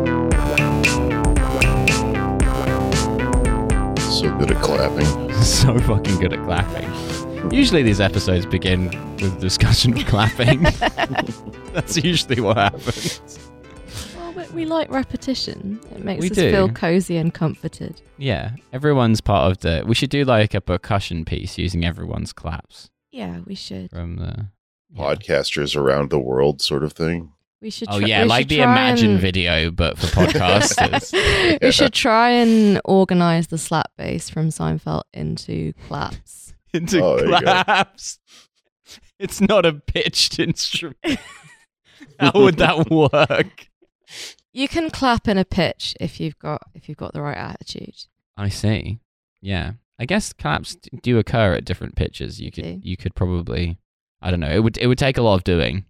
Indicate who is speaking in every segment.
Speaker 1: so fucking good at clapping. Usually these episodes begin with a discussion of clapping. That's usually what happens.
Speaker 2: Well, but we like repetition. It makes
Speaker 1: We
Speaker 2: us
Speaker 1: do.
Speaker 2: feel cozy and comforted.
Speaker 1: Yeah, everyone's part of the. We should do like a percussion piece using everyone's claps
Speaker 2: Yeah, we should.
Speaker 1: from the. yeah.
Speaker 3: Podcasters around the world, sort of thing.
Speaker 2: We should.
Speaker 1: Oh
Speaker 2: try-
Speaker 1: yeah,
Speaker 2: we
Speaker 1: like
Speaker 2: should
Speaker 1: the
Speaker 2: try
Speaker 1: Imagine
Speaker 2: and-
Speaker 1: video, but for podcasters.
Speaker 3: Yeah.
Speaker 2: We should try and organize the slap bass from Seinfeld into claps.
Speaker 1: into
Speaker 3: Oh, there you go.
Speaker 1: claps. It's not a pitched instrument. How would that work?
Speaker 2: You can clap in a pitch if you've got if you've got the right attitude.
Speaker 1: I see. Yeah, I guess claps d- do occur at different pitches. You could
Speaker 2: They do.
Speaker 1: you could probably I don't know. It would it would take a lot of doing.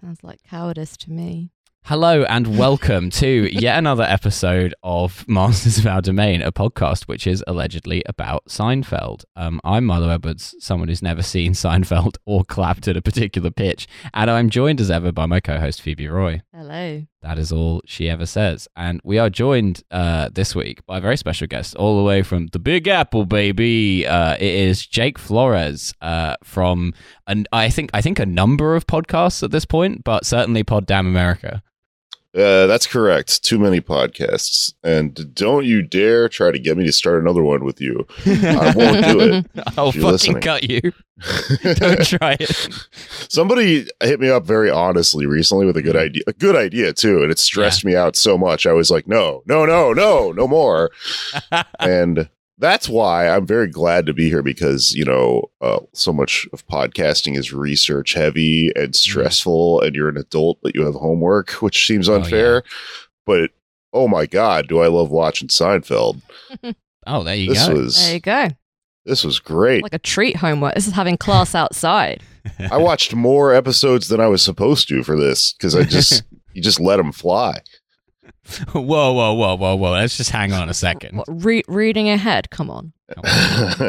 Speaker 2: Sounds like cowardice to me.
Speaker 1: Hello and welcome to yet another episode of Masters of Our Domain, a podcast which is allegedly about Seinfeld. Um, I'm Milo Edwards, someone who's never seen Seinfeld or clapped at a particular pitch, and I'm joined as ever by my co-host Phoebe Roy.
Speaker 2: Hello.
Speaker 1: That is all she ever says. And we are joined uh, this week by a very special guest, all the way from the Big Apple, baby. Uh, it is Jake Flores uh, from, an, I think, I think a number of podcasts at this point, but certainly Pod Damn America.
Speaker 3: Uh, that's correct. Too many podcasts. And don't you dare try to get me to start another one with you. I won't do it.
Speaker 1: I'll
Speaker 3: If
Speaker 1: fucking
Speaker 3: you're listening.
Speaker 1: cut you. Don't try it.
Speaker 3: Somebody hit me up very honestly recently with a
Speaker 1: Mm-hmm.
Speaker 3: good idea, a good idea too, and it stressed me out so much. I was like, no, no, no, no, no more. and that's why I'm very glad to be here because you know uh, so much of podcasting is research heavy and
Speaker 1: Mm-hmm.
Speaker 3: stressful, and you're an adult but you have homework, which seems
Speaker 1: Oh,
Speaker 3: unfair. But oh my god, do I love watching Seinfeld?
Speaker 1: Oh, there you
Speaker 3: This
Speaker 1: go.
Speaker 2: There
Speaker 3: was
Speaker 2: you go.
Speaker 3: this was great.
Speaker 2: Like a treat homework. This is having class outside.
Speaker 3: I watched more episodes than I was supposed to for this because I just you just let them fly.
Speaker 1: whoa, whoa, whoa, whoa, whoa. Let's just hang on a second.
Speaker 2: What, re- reading ahead. Come on.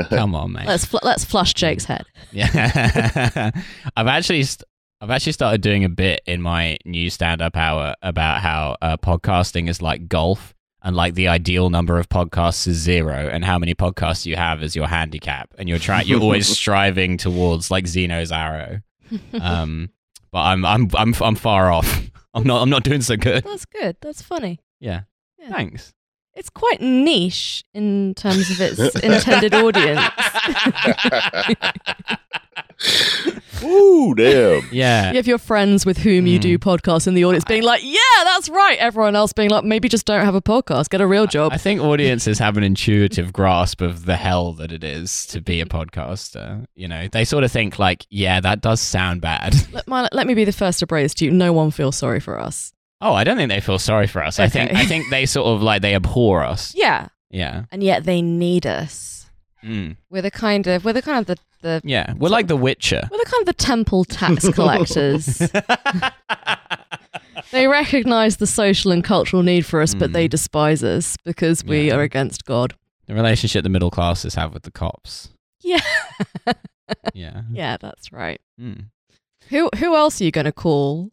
Speaker 1: Come on, mate.
Speaker 2: Let's fl- let's flush Jake's head.
Speaker 1: Yeah, I've actually st- I've actually started doing a bit in my new stand up hour about how uh, podcasting is like golf and like the ideal number of podcasts is zero and how many podcasts you have is your handicap and you're trying you're always striving towards like Zeno's arrow. Um, but I'm I'm I'm I'm far off. I'm not I'm not doing so good.
Speaker 2: That's good. That's funny.
Speaker 1: Yeah.
Speaker 2: Yeah.
Speaker 1: Thanks.
Speaker 2: It's quite niche in terms of its intended audience.
Speaker 3: Ooh, damn.
Speaker 1: yeah. Mm.
Speaker 2: You have your friends with whom you do podcasts in the audience being like, yeah, that's right. Everyone else being like, maybe just don't have a podcast, get a real job.
Speaker 1: I think audiences have an intuitive grasp of the hell that it is to be a podcaster. You know, they sort of think like, yeah, that does sound bad.
Speaker 2: let, my, let me be the first to brace to you. No one feels sorry for us.
Speaker 1: Oh, I don't think they feel sorry for us. I think
Speaker 2: Okay.
Speaker 1: I think they sort of like they abhor us.
Speaker 2: Yeah.
Speaker 1: Yeah.
Speaker 2: And yet they need us.
Speaker 1: Mm.
Speaker 2: We're the kind of, we're the kind of the, the
Speaker 1: Yeah. We're like the Witcher.
Speaker 2: we're the kind of the temple tax collectors. they recognize the social and cultural need for us, but they despise us because we
Speaker 1: Mm. Yeah.
Speaker 2: are against God.
Speaker 1: the relationship the middle classes have with the cops.
Speaker 2: Yeah.
Speaker 1: Yeah.
Speaker 2: Yeah, that's right.
Speaker 1: Mm.
Speaker 2: Who who else are you going to call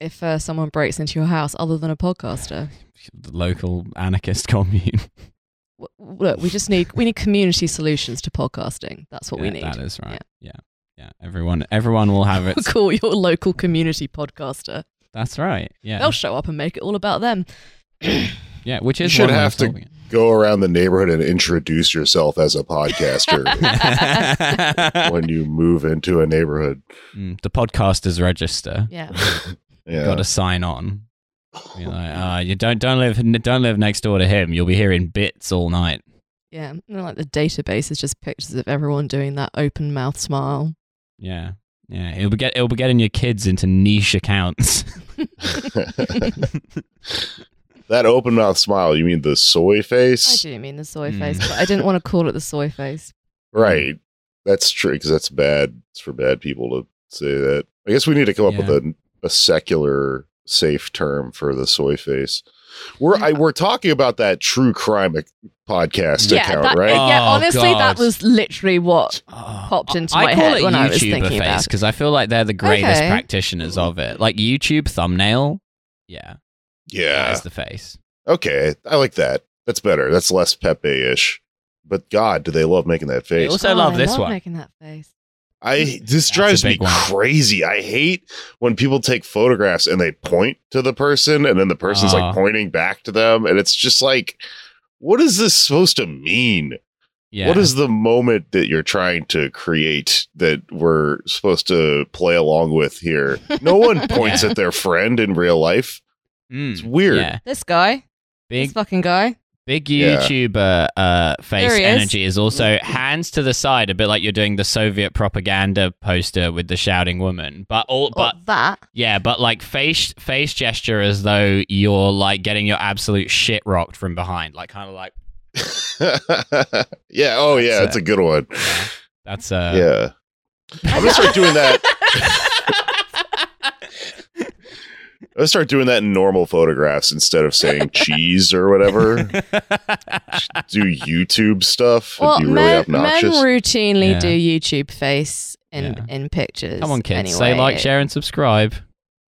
Speaker 2: if uh, someone breaks into your house other than a podcaster?
Speaker 1: The local anarchist commune.
Speaker 2: W- w- Look, we just need we need community solutions to podcasting. That's what we
Speaker 1: Yeah,
Speaker 2: need.
Speaker 1: That is right. Yeah. yeah. Everyone everyone will have it.
Speaker 2: We'll call your local community podcaster.
Speaker 1: That's right. Yeah.
Speaker 2: They'll show up and make it all about them.
Speaker 1: Yeah, which
Speaker 3: You
Speaker 1: is
Speaker 3: should
Speaker 1: one way of
Speaker 3: have to-
Speaker 1: solving it.
Speaker 3: Go around the neighborhood and introduce yourself as a podcaster
Speaker 1: Mm,
Speaker 3: when you move into a neighborhood.
Speaker 1: the podcasters register.
Speaker 2: Yeah.
Speaker 3: Yeah.
Speaker 1: Got to sign on. Be like, "Ah, you don't don't live don't live next door to him. You'll be hearing bits all night.
Speaker 2: Yeah. You know, like the database is just pictures of everyone doing that open mouth smile.
Speaker 1: Yeah, yeah. It'll be get it'll be getting your kids into niche accounts.
Speaker 3: that open mouth smile, you mean the soy
Speaker 2: I
Speaker 3: face?
Speaker 2: do mean the soy
Speaker 1: Mm.
Speaker 2: face, but I didn't want to call it the soy face.
Speaker 3: Right. That's true because that's bad. It's for bad people to say that. I guess we need to come up
Speaker 1: Yeah.
Speaker 3: with a, a secular safe term for the soy face. We're I, we're talking about that true crime ac- podcast
Speaker 2: Yeah,
Speaker 3: account,
Speaker 2: that- um,
Speaker 3: right?
Speaker 2: yeah,
Speaker 1: Oh,
Speaker 2: honestly,
Speaker 1: God.
Speaker 2: that was literally what
Speaker 1: Oh,
Speaker 2: Popped into
Speaker 1: I
Speaker 2: my
Speaker 1: call
Speaker 2: head
Speaker 1: it
Speaker 2: when
Speaker 1: YouTuber
Speaker 2: I was thinking about
Speaker 1: face
Speaker 2: it.
Speaker 1: because I feel like they're the greatest
Speaker 2: Okay.
Speaker 1: practitioners of it. Like YouTube thumbnail. Yeah,
Speaker 3: yeah.
Speaker 1: that's the face.
Speaker 3: Okay, I like that. That's better. That's less Pepe ish. But God, do they love making that
Speaker 1: I
Speaker 3: face?
Speaker 1: also
Speaker 2: Oh,
Speaker 1: love
Speaker 2: I
Speaker 1: this
Speaker 2: love
Speaker 1: one.
Speaker 2: Making that face.
Speaker 3: I this
Speaker 1: a
Speaker 3: drives me
Speaker 1: big one.
Speaker 3: crazy. I hate when people take photographs and they point to the person and then the person's
Speaker 1: Aw.
Speaker 3: like pointing back to them and it's just like what is this supposed to mean?
Speaker 1: yeah.
Speaker 3: What is the moment that you're trying to create that we're supposed to play along with here? No one points
Speaker 1: Yeah.
Speaker 3: at their friend in real life.
Speaker 1: Mm,
Speaker 3: It's weird.
Speaker 1: Yeah.
Speaker 2: This guy,
Speaker 1: Big
Speaker 2: this fucking guy.
Speaker 1: big
Speaker 3: Yeah.
Speaker 1: YouTuber uh, face
Speaker 2: There he is.
Speaker 1: energy is also hands to the side, a bit like you're doing the Soviet propaganda poster with the shouting woman. But all but
Speaker 2: or that.
Speaker 1: yeah, but like face face gesture as though you're like getting your absolute shit rocked from behind. Like kind of like
Speaker 3: yeah. Oh, yeah.
Speaker 1: That's
Speaker 3: It's a good one.
Speaker 1: that's uh
Speaker 3: yeah. I'm gonna start doing that. I'm gonna start doing that in normal photographs instead of saying cheese or whatever. Do YouTube stuff. It'd
Speaker 2: Well,
Speaker 3: be really
Speaker 2: men, men
Speaker 3: obnoxious.
Speaker 2: routinely
Speaker 1: Yeah.
Speaker 2: do YouTube face in
Speaker 1: Yeah.
Speaker 2: in pictures.
Speaker 1: Come on, kids.
Speaker 2: Anyway,
Speaker 1: Say like,
Speaker 2: It-
Speaker 1: share, and subscribe.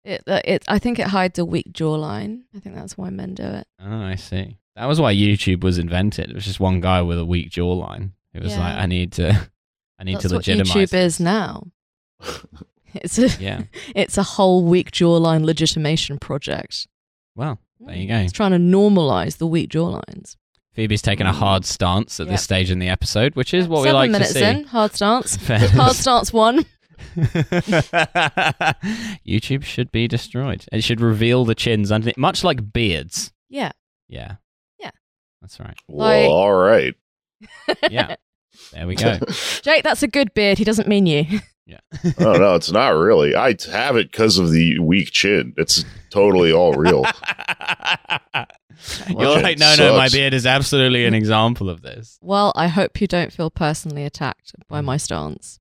Speaker 2: It, uh, it, I think it hides a weak jawline. I think that's why men do it.
Speaker 1: Oh, I see. That was why YouTube was invented. It was just one guy with a weak jawline. It was
Speaker 2: Yeah.
Speaker 1: like, I need to, I need
Speaker 2: That's
Speaker 1: to
Speaker 2: what
Speaker 1: legitimize.
Speaker 2: YouTube
Speaker 1: this.
Speaker 2: is now. It's a
Speaker 1: Yeah.
Speaker 2: it's a whole weak jawline legitimation project.
Speaker 1: Well, There you go.
Speaker 2: It's trying to normalize the weak jawlines.
Speaker 1: Phoebe's taken a hard stance at
Speaker 2: Mm. Yep.
Speaker 1: this stage in the episode, which is what
Speaker 2: Seven
Speaker 1: we like to
Speaker 2: minutes
Speaker 1: see.
Speaker 2: in, hard stance.
Speaker 1: Fairness.
Speaker 2: hard stance one.
Speaker 1: YouTube should be destroyed. It should reveal the chins underneath, much like beards.
Speaker 2: Yeah.
Speaker 1: Yeah.
Speaker 2: Yeah.
Speaker 1: That's right.
Speaker 3: well,
Speaker 2: like-
Speaker 3: all right.
Speaker 1: Yeah. there we go.
Speaker 2: Jake, that's a good beard. He doesn't mean you.
Speaker 3: oh no, it's not really. I t- have it because of the weak chin. It's totally all real.
Speaker 1: You're
Speaker 3: Shit
Speaker 1: like, no, no, my
Speaker 3: sucks.
Speaker 1: beard is absolutely an example of this.
Speaker 2: Well, I hope you don't feel personally attacked
Speaker 1: Mm.
Speaker 2: by my stance.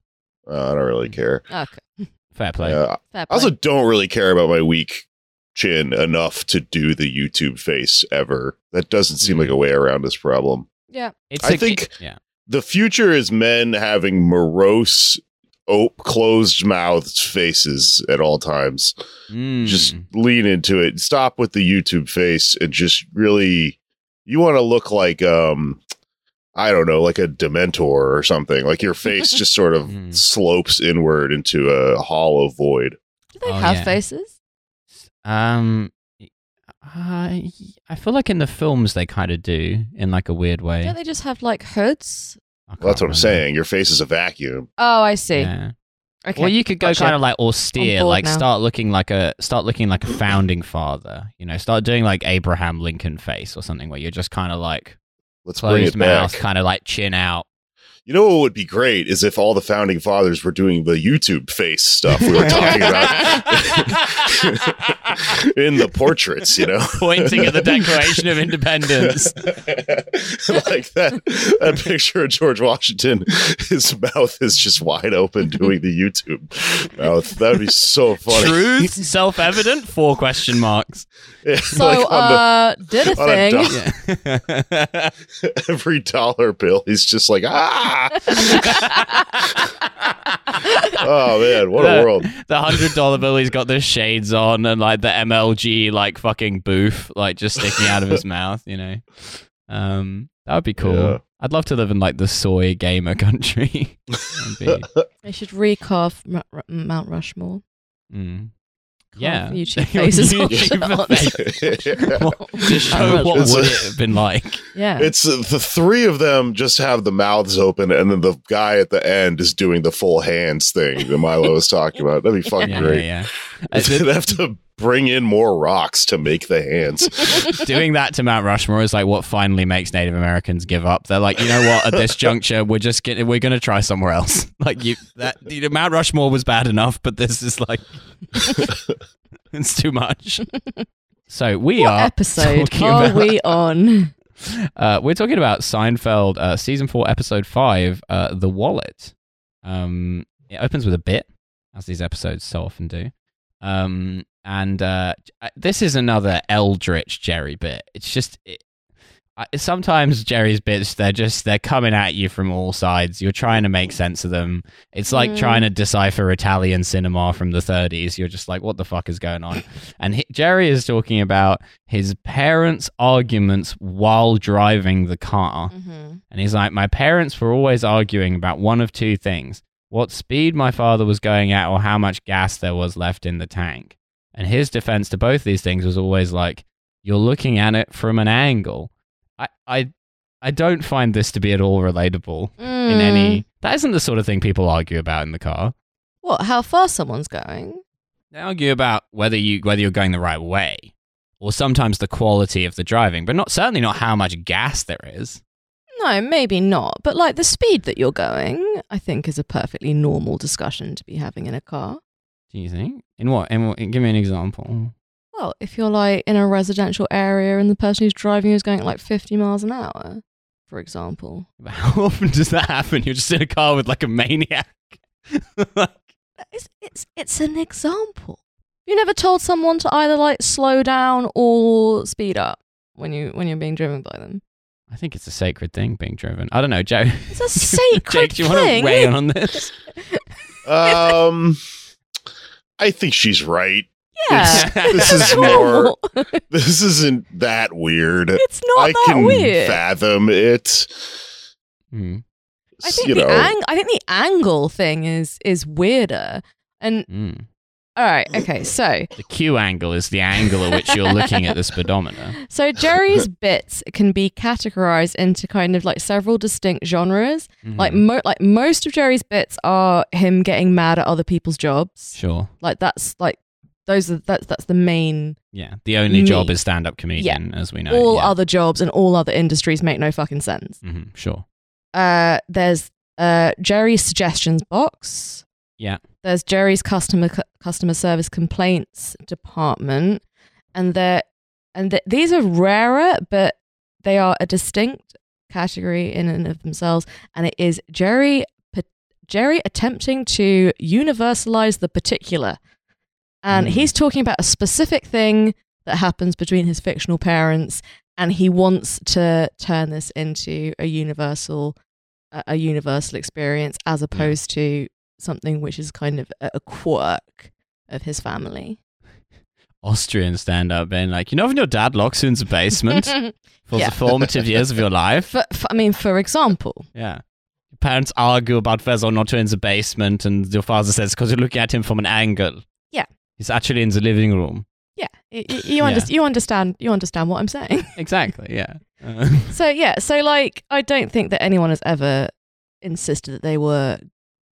Speaker 3: Uh, I don't really care.
Speaker 2: Okay.
Speaker 1: Fair play.
Speaker 3: Yeah,
Speaker 2: Fair
Speaker 3: I
Speaker 2: play.
Speaker 3: also don't really care about my weak chin enough to do the YouTube face ever. That doesn't seem like a way around this problem.
Speaker 2: yeah.
Speaker 1: It's
Speaker 3: I
Speaker 1: a-
Speaker 3: think-
Speaker 1: yeah.
Speaker 3: The future is men having morose, op- closed mouthed faces at all times. Just
Speaker 1: Mm.
Speaker 3: lean into it. Stop with the YouTube face and just really, you want to look like, um, I don't know, like a Dementor or something. Like your face just sort of
Speaker 1: Mm.
Speaker 3: slopes inward into a hollow void.
Speaker 2: Do they
Speaker 1: Oh,
Speaker 2: have
Speaker 1: yeah.
Speaker 2: faces?
Speaker 1: um I I feel like in the films they kind of do in like a weird way.
Speaker 2: Don't they just have like hoods?
Speaker 1: I can't
Speaker 3: Well, that's what I'm
Speaker 1: remember.
Speaker 3: saying. Your face is a vacuum.
Speaker 2: Oh, I see.
Speaker 1: Yeah.
Speaker 2: Okay.
Speaker 1: Or you could go
Speaker 2: Gotcha.
Speaker 1: kind of like austere,
Speaker 2: On board
Speaker 1: like
Speaker 2: now.
Speaker 1: start looking like a start looking like a founding father. You know, start doing like Abraham Lincoln face or something where you're just kind of like
Speaker 3: Let's bring
Speaker 1: closed
Speaker 3: it
Speaker 1: mouth,
Speaker 3: back.
Speaker 1: kind of like chin out.
Speaker 3: You know what would be great is if all the founding fathers were doing the YouTube face stuff we were talking about in the portraits, you know?
Speaker 1: Pointing at the Declaration of Independence.
Speaker 3: like that that picture of George Washington, his mouth is just wide open doing the YouTube mouth. That would be so funny.
Speaker 1: Truth, self-evident. Four question marks.
Speaker 3: Yeah,
Speaker 2: So,
Speaker 3: like on the-
Speaker 2: uh, did a
Speaker 3: on a
Speaker 2: thing.
Speaker 3: dot.
Speaker 1: Yeah.
Speaker 3: every dollar bill, he's just like, ah, oh man, what
Speaker 1: The-
Speaker 3: a world.
Speaker 1: The hundred dollar bill, he's got the shades on and like the MLG like fucking booth, like just sticking out of his mouth, you know. Um, that would be cool.
Speaker 3: Yeah.
Speaker 1: I'd love to live in like the soy gamer country. That'd be-
Speaker 2: They should recarve M- R- Mount Rushmore.
Speaker 1: mm.
Speaker 2: Carve
Speaker 1: Yeah,
Speaker 2: YouTube faces on-
Speaker 1: YouTube
Speaker 2: on-
Speaker 1: face. What- to show
Speaker 2: Mount
Speaker 1: what
Speaker 3: Rushmore.
Speaker 1: would it have been like.
Speaker 2: Oh, Yeah.
Speaker 3: It's uh, the three of them just have the mouths open, and then the guy at the end is doing the full hands thing that Milo was talking about. That'd be fucking
Speaker 1: Yeah,
Speaker 3: great.
Speaker 1: yeah, yeah. Uh,
Speaker 3: They'd have to bring in more rocks to make the hands.
Speaker 1: doing that to Mount Rushmore is like what finally makes Native Americans give up. They're like, you know what? At this juncture, we're just getting, we're going to try somewhere else. Like you, that you know, Mount Rushmore was bad enough, but this is like, it's too much. So we
Speaker 2: what
Speaker 1: are
Speaker 2: episode
Speaker 1: talking
Speaker 2: are
Speaker 1: about-
Speaker 2: we on?
Speaker 1: uh, we're talking about Seinfeld uh, season four, episode five, uh, the wallet. Um, it opens with a bit, as these episodes so often do. Um, and uh, j- uh, this is another Eldritch Jerry bit. It's just, it, I- sometimes Jerry's bits they're just they're coming at you from all sides. You're trying to make sense of them. It's like
Speaker 2: Mm.
Speaker 1: trying to decipher Italian cinema from the 30s. You're just like, what the fuck is going on? And he, Jerry is talking about his parents' arguments while driving the car.
Speaker 2: Mm-hmm.
Speaker 1: And he's like, My parents were always arguing about one of two things what speed my father was going at or how much gas there was left in the tank. And his defense to both these things was always like, You're looking at it from an angle. I, I, I don't find this to be at all relatable in any. That isn't the sort of thing people argue about in the car.
Speaker 2: Mm. What? How far someone's going?
Speaker 1: They argue about whether you whether you're going the right way, or sometimes the quality of the driving, but not certainly not how much gas there is.
Speaker 2: No, maybe not. But like the speed that you're going, I think is a perfectly normal discussion to be having in a car.
Speaker 1: Do you think? In what? In what? Give me an example.
Speaker 2: Well, if you're like in a residential area and the person who's driving you is going at like 50 miles an hour, for example.
Speaker 1: But How often does that happen? You're just in a car with like a maniac.
Speaker 2: It's it's it's an example. You never told someone to either like slow down or speed up when you when you're being driven by them.
Speaker 1: I think it's a sacred thing being driven. I don't know, Joe.
Speaker 2: It's a sacred
Speaker 1: Jake, do you want to
Speaker 2: thing.
Speaker 1: weigh in on this?
Speaker 3: Um, I think she's right.
Speaker 2: yeah.
Speaker 3: This is more.
Speaker 2: normal.
Speaker 3: This isn't that weird.
Speaker 2: It's not
Speaker 3: I
Speaker 2: that
Speaker 3: can
Speaker 2: weird.
Speaker 3: fathom it.
Speaker 1: Hmm.
Speaker 2: I think
Speaker 3: you
Speaker 2: the
Speaker 3: know,
Speaker 2: ang- I think the angle thing is is weirder. And
Speaker 1: Hmm.
Speaker 2: all right, okay, so
Speaker 1: The Q angle is the angle at which you're looking at the speedometer.
Speaker 2: so Jerry's bits can be categorized into kind of like several distinct genres. Like
Speaker 3: Mm-hmm.
Speaker 1: Mhm.
Speaker 2: mo- like most of Jerry's bits are him getting mad at other people's jobs.
Speaker 1: sure.
Speaker 2: Like that's like those are that's that's the main.
Speaker 1: Yeah. The only
Speaker 2: Me.
Speaker 1: job is stand up comedian, as we know.
Speaker 2: all
Speaker 1: yeah.
Speaker 2: other jobs and all other industries make no fucking sense.
Speaker 1: Mhm, Sure. Mm.
Speaker 2: Uh, there's uh Jerry's suggestions box.
Speaker 1: Yeah.
Speaker 2: There's Jerry's customer cu- customer service complaints department, and they're and th- these are rarer, but they are a distinct category in and of themselves. And it is Jerry pa- Jerry attempting to universalize the particular, and
Speaker 1: Mm.
Speaker 2: he's talking about a specific thing that happens between his fictional parents, and he wants to turn this into a universal a, a universal experience as opposed to something which is kind of a, a quirk of his family.
Speaker 1: Austrian stand up being like, you know when your dad locks you in the basement for
Speaker 2: Yeah.
Speaker 1: the formative years of your life?
Speaker 2: For, for, I mean, for example,
Speaker 1: Yeah. Your parents argue about whether or not you're in the basement, and your father says, because you're looking at him from an angle.
Speaker 2: Yeah.
Speaker 1: He's actually in the living room.
Speaker 2: yeah, y- y- you, under- you understand, you understand what I'm saying.
Speaker 1: Exactly, yeah. Uh,
Speaker 2: So yeah, so like, I don't think that anyone has ever insisted that they were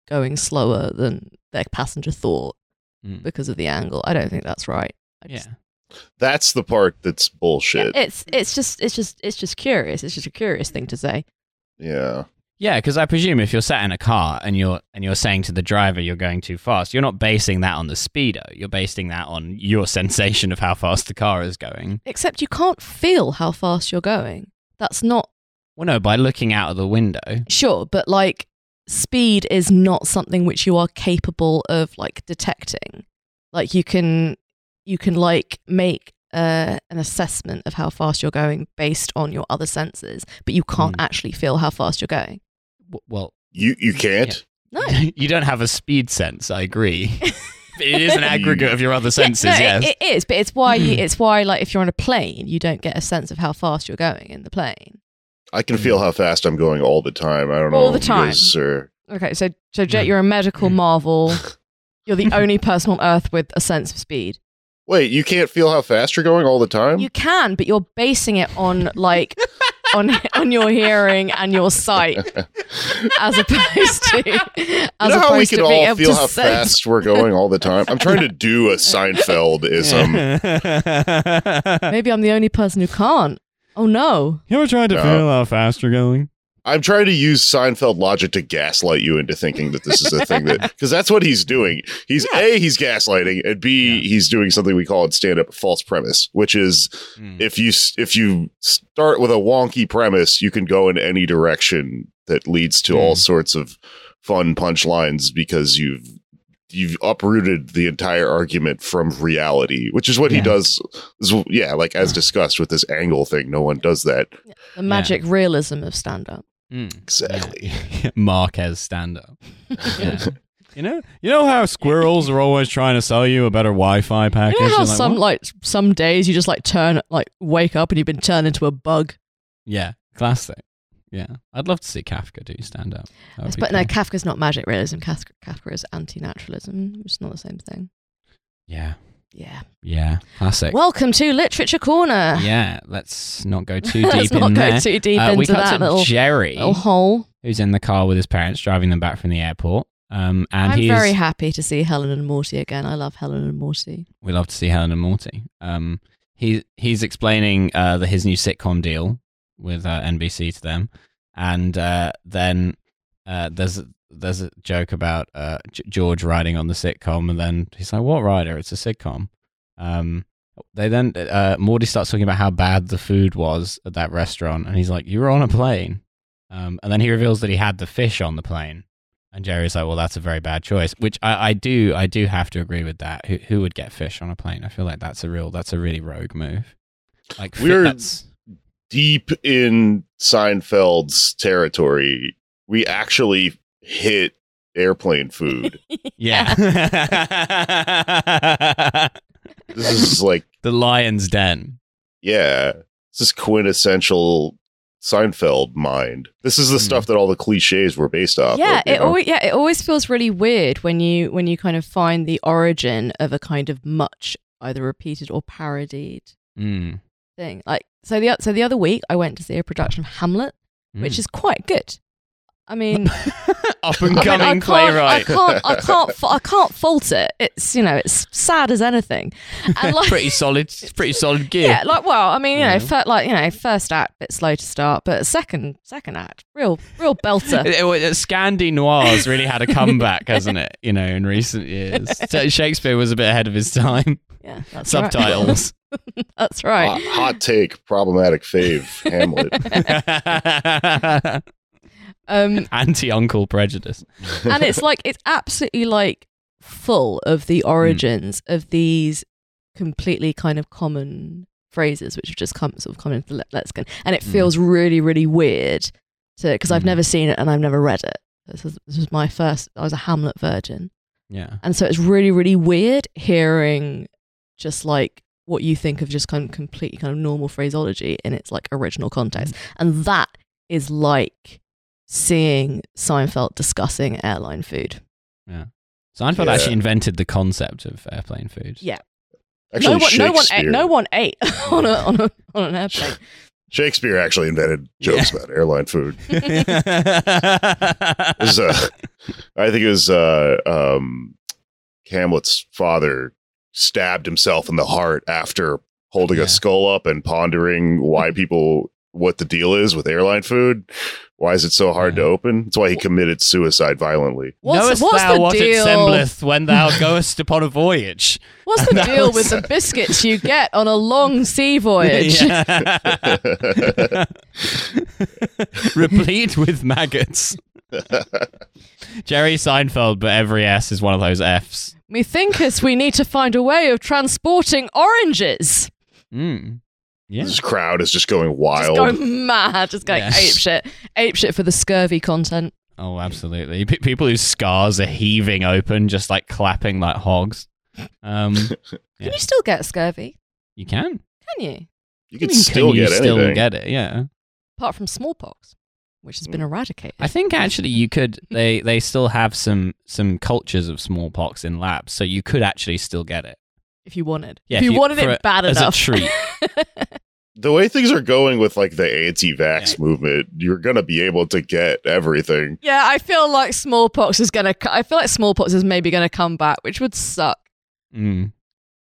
Speaker 2: going slower than their passenger thought
Speaker 1: Mm.
Speaker 2: because of the angle. I don't think that's right. I
Speaker 1: yeah.
Speaker 2: just-
Speaker 3: That's the part that's bullshit.
Speaker 2: it's it's just it's just it's just curious. It's just a curious thing to say.
Speaker 3: Yeah.
Speaker 1: Yeah, because I presume if you're sat in a car and you're and you're saying to the driver you're going too fast, you're not basing that on the speedo. You're basing that on your sensation of how fast the car is going.
Speaker 2: Except you can't feel how fast you're going. That's not
Speaker 1: Well, no, by looking out of the window.
Speaker 2: sure, but like speed is not something which you are capable of like detecting. Like you can you can like make uh, an assessment of how fast you're going based on your other senses, but you can't
Speaker 1: Mm.
Speaker 2: actually feel how fast you're going.
Speaker 1: W- Well,
Speaker 3: You you can't.
Speaker 2: No.
Speaker 1: you don't have a speed sense. I agree. it is an aggregate of your other
Speaker 2: Yeah,
Speaker 1: senses.
Speaker 2: no, it-
Speaker 1: yes. Hmm.
Speaker 2: it is, but it's why you, it's why like if you're on a plane, you don't get a sense of how fast you're going in the plane.
Speaker 3: I can feel how fast I'm going all the time. I don't know.
Speaker 2: All the
Speaker 3: if you
Speaker 2: time.
Speaker 3: guys are-
Speaker 2: Okay, so so Jet, you're a medical marvel. You're the only person on Earth with a sense of speed.
Speaker 3: Wait, you can't feel how fast you're going all the time?
Speaker 2: You can, but you're basing it on like on on your hearing and your sight, as opposed to
Speaker 3: You
Speaker 2: as
Speaker 3: know
Speaker 2: opposed
Speaker 3: how we
Speaker 2: to
Speaker 3: can
Speaker 2: being
Speaker 3: all
Speaker 2: able
Speaker 3: feel
Speaker 2: to
Speaker 3: how
Speaker 2: sense.
Speaker 3: fast we're going all the time? I'm trying to do a Seinfeldism.
Speaker 2: Maybe I'm the only person who can't. Oh no!
Speaker 1: you ever tried
Speaker 3: to No. feel
Speaker 1: how fast you're going?
Speaker 3: I'm trying to use Seinfeld logic to gaslight you into thinking that this is a thing that because that's what he's doing. He's a he's gaslighting, and b he's doing something we call in stand up false premise, which is
Speaker 1: Hmm.
Speaker 3: if you s- if you start with a wonky premise, you can go in any direction that leads to all
Speaker 1: Mm.
Speaker 3: sorts of fun punchlines because you've you've uprooted the entire argument from reality, which is what
Speaker 1: Yeah.
Speaker 3: he does. is- Yeah, like as discussed with this angle thing, no one does that
Speaker 2: The magic realism of stand up.
Speaker 1: Mm.
Speaker 3: exactly.
Speaker 1: Marquez stand up. Yeah. you know, you know how squirrels are always trying to sell you a better Wi-Fi package.
Speaker 2: You know how
Speaker 1: And like,
Speaker 2: some
Speaker 1: what?
Speaker 2: like some days you just like turn like wake up and you've been turned into a bug.
Speaker 1: yeah, classic. Yeah, I'd love to see Kafka do stand up. That would be
Speaker 2: But
Speaker 1: cool.
Speaker 2: no, Kafka's not magic realism. Kafka, Kafka is anti-naturalism, which is not the same thing.
Speaker 1: yeah,
Speaker 2: Yeah.
Speaker 1: yeah, classic.
Speaker 2: Welcome to Literature Corner.
Speaker 1: yeah, let's not go too deep
Speaker 2: Let's
Speaker 1: in
Speaker 2: not
Speaker 1: there.
Speaker 2: go too deep
Speaker 1: Uh, we
Speaker 2: into
Speaker 1: cut
Speaker 2: that
Speaker 1: to
Speaker 2: little,
Speaker 1: Jerry,
Speaker 2: little hole.
Speaker 1: who's in the car with his parents, driving them back from the airport. Um, and
Speaker 2: I'm
Speaker 1: he's
Speaker 2: very happy to see Helen and Morty again. I love Helen and Morty.
Speaker 1: we love to see Helen and Morty. Um, he he's explaining uh, the, his new sitcom deal with uh, NBC to them, and uh, then uh, there's a- there's a joke about uh, G- George riding on the sitcom, and then he's like, "What rider? It's a sitcom." Um, they then uh, Morty starts talking about how bad the food was at that restaurant, and he's like, "You were on a plane," um, and then he reveals that he had the fish on the plane. And Jerry's like, well, that's a very bad choice, which I, I do, I do have to agree with that. Who, who would get fish on a plane? I feel like that's a real, that's a really rogue move. Like, fi-
Speaker 3: We're-
Speaker 1: that's,
Speaker 3: Deep in Seinfeld's territory, we actually hit airplane food.
Speaker 1: yeah.
Speaker 3: this is like,
Speaker 1: the lion's den.
Speaker 3: yeah, this is quintessential Seinfeld mind. This is the
Speaker 1: Hmm.
Speaker 3: stuff that all the cliches were based off.
Speaker 2: yeah,
Speaker 3: of, you
Speaker 2: it
Speaker 3: know?
Speaker 2: always yeah, it always feels really weird when you when you kind of find the origin of a kind of much either repeated or parodied
Speaker 1: Mm.
Speaker 2: thing. Like so the o- so the other week I went to see a production of Hamlet, which
Speaker 1: Mm.
Speaker 2: is quite good. I mean,
Speaker 1: up and
Speaker 2: I, mean,
Speaker 1: coming
Speaker 2: I can't, I
Speaker 1: playwright.
Speaker 2: can't, I can't, fa- I can't fault it. It's you know, it's sad as anything, and like
Speaker 1: pretty solid, pretty solid gear.
Speaker 2: yeah, like well, I mean, you
Speaker 1: Yeah.
Speaker 2: know, fir- like you know, first act bit slow to start, but second second act, real real belter.
Speaker 1: It- it was- Scandi Noir's really had a comeback, hasn't it? You know, in recent years, So Shakespeare was a bit ahead of his time.
Speaker 2: yeah, that's right.
Speaker 1: Subtitles.
Speaker 2: that's right.
Speaker 3: Hot, hot take, problematic fave, Hamlet.
Speaker 2: Um,
Speaker 1: anti uncle prejudice.
Speaker 2: and it's like it's absolutely like full of the
Speaker 1: Mm.
Speaker 2: origins of these completely kind of common phrases which have just come sort of come into the le- lexicon, and it
Speaker 1: Mm.
Speaker 2: feels really really weird to because I've
Speaker 1: Mm.
Speaker 2: never seen it and I've never read it. This was, this was my first. I was a Hamlet virgin,
Speaker 1: Yeah.
Speaker 2: and so it's really really weird hearing just like what you think of just kind of completely kind of normal phraseology in its like original context,
Speaker 1: Mm.
Speaker 2: and that is like seeing Seinfeld discussing airline food.
Speaker 1: Seinfeld
Speaker 3: Yeah.
Speaker 1: actually invented the concept of airplane food.
Speaker 2: Yeah.
Speaker 3: Actually,
Speaker 2: no one, no one ate.
Speaker 3: Shakespeare-
Speaker 2: No one ate on a on, a, on an airplane.
Speaker 3: Shakespeare actually invented jokes about airline food. It was, uh, I think it was uh, um, Hamlet's father stabbed himself in the heart after holding
Speaker 1: Yeah.
Speaker 3: a skull up and pondering why people what the deal is with airline food. Why is it so hard
Speaker 1: Yeah.
Speaker 3: to open? That's why he committed suicide violently.
Speaker 2: What's,
Speaker 1: Knowest
Speaker 2: what's
Speaker 1: thou
Speaker 2: the
Speaker 1: what it
Speaker 2: deal?
Speaker 1: sembleth when thou goest upon a voyage?
Speaker 2: What's the
Speaker 1: That
Speaker 2: deal
Speaker 1: was-
Speaker 2: with the biscuits you get on a long sea voyage?
Speaker 1: Yeah. Replete with maggots. Jerry Seinfeld, but every S is one of those Fs.
Speaker 2: Methinketh we need to find a way of transporting oranges. Hmm.
Speaker 1: Mm. Yeah.
Speaker 3: This crowd is just going wild.
Speaker 2: Just going mad, just going
Speaker 1: Yes.
Speaker 2: ape shit, ape shit for the scurvy content.
Speaker 1: Oh, absolutely. P- people whose scars are heaving open, just like clapping like hogs. Um, Yeah.
Speaker 2: Can you still get scurvy?
Speaker 1: you can.
Speaker 2: Can you?
Speaker 3: you
Speaker 1: I
Speaker 3: can
Speaker 1: mean,
Speaker 3: still
Speaker 1: you
Speaker 3: get
Speaker 1: still
Speaker 3: anything.
Speaker 1: get it? Yeah.
Speaker 2: Apart from smallpox, which has been eradicated.
Speaker 1: Mm. I think actually you could. They they still have some some cultures of smallpox in labs, so you could actually still get it.
Speaker 2: if you wanted,
Speaker 1: Yeah,
Speaker 2: if you, wanted
Speaker 1: for
Speaker 2: it
Speaker 1: a-
Speaker 2: bad
Speaker 1: as
Speaker 2: enough,
Speaker 1: a treat.
Speaker 3: the way things are going with like the anti-vax movement, you're gonna be able to get everything.
Speaker 2: Yeah, I feel like smallpox is gonna. I feel like smallpox is maybe gonna come back, which would suck.
Speaker 1: Mm.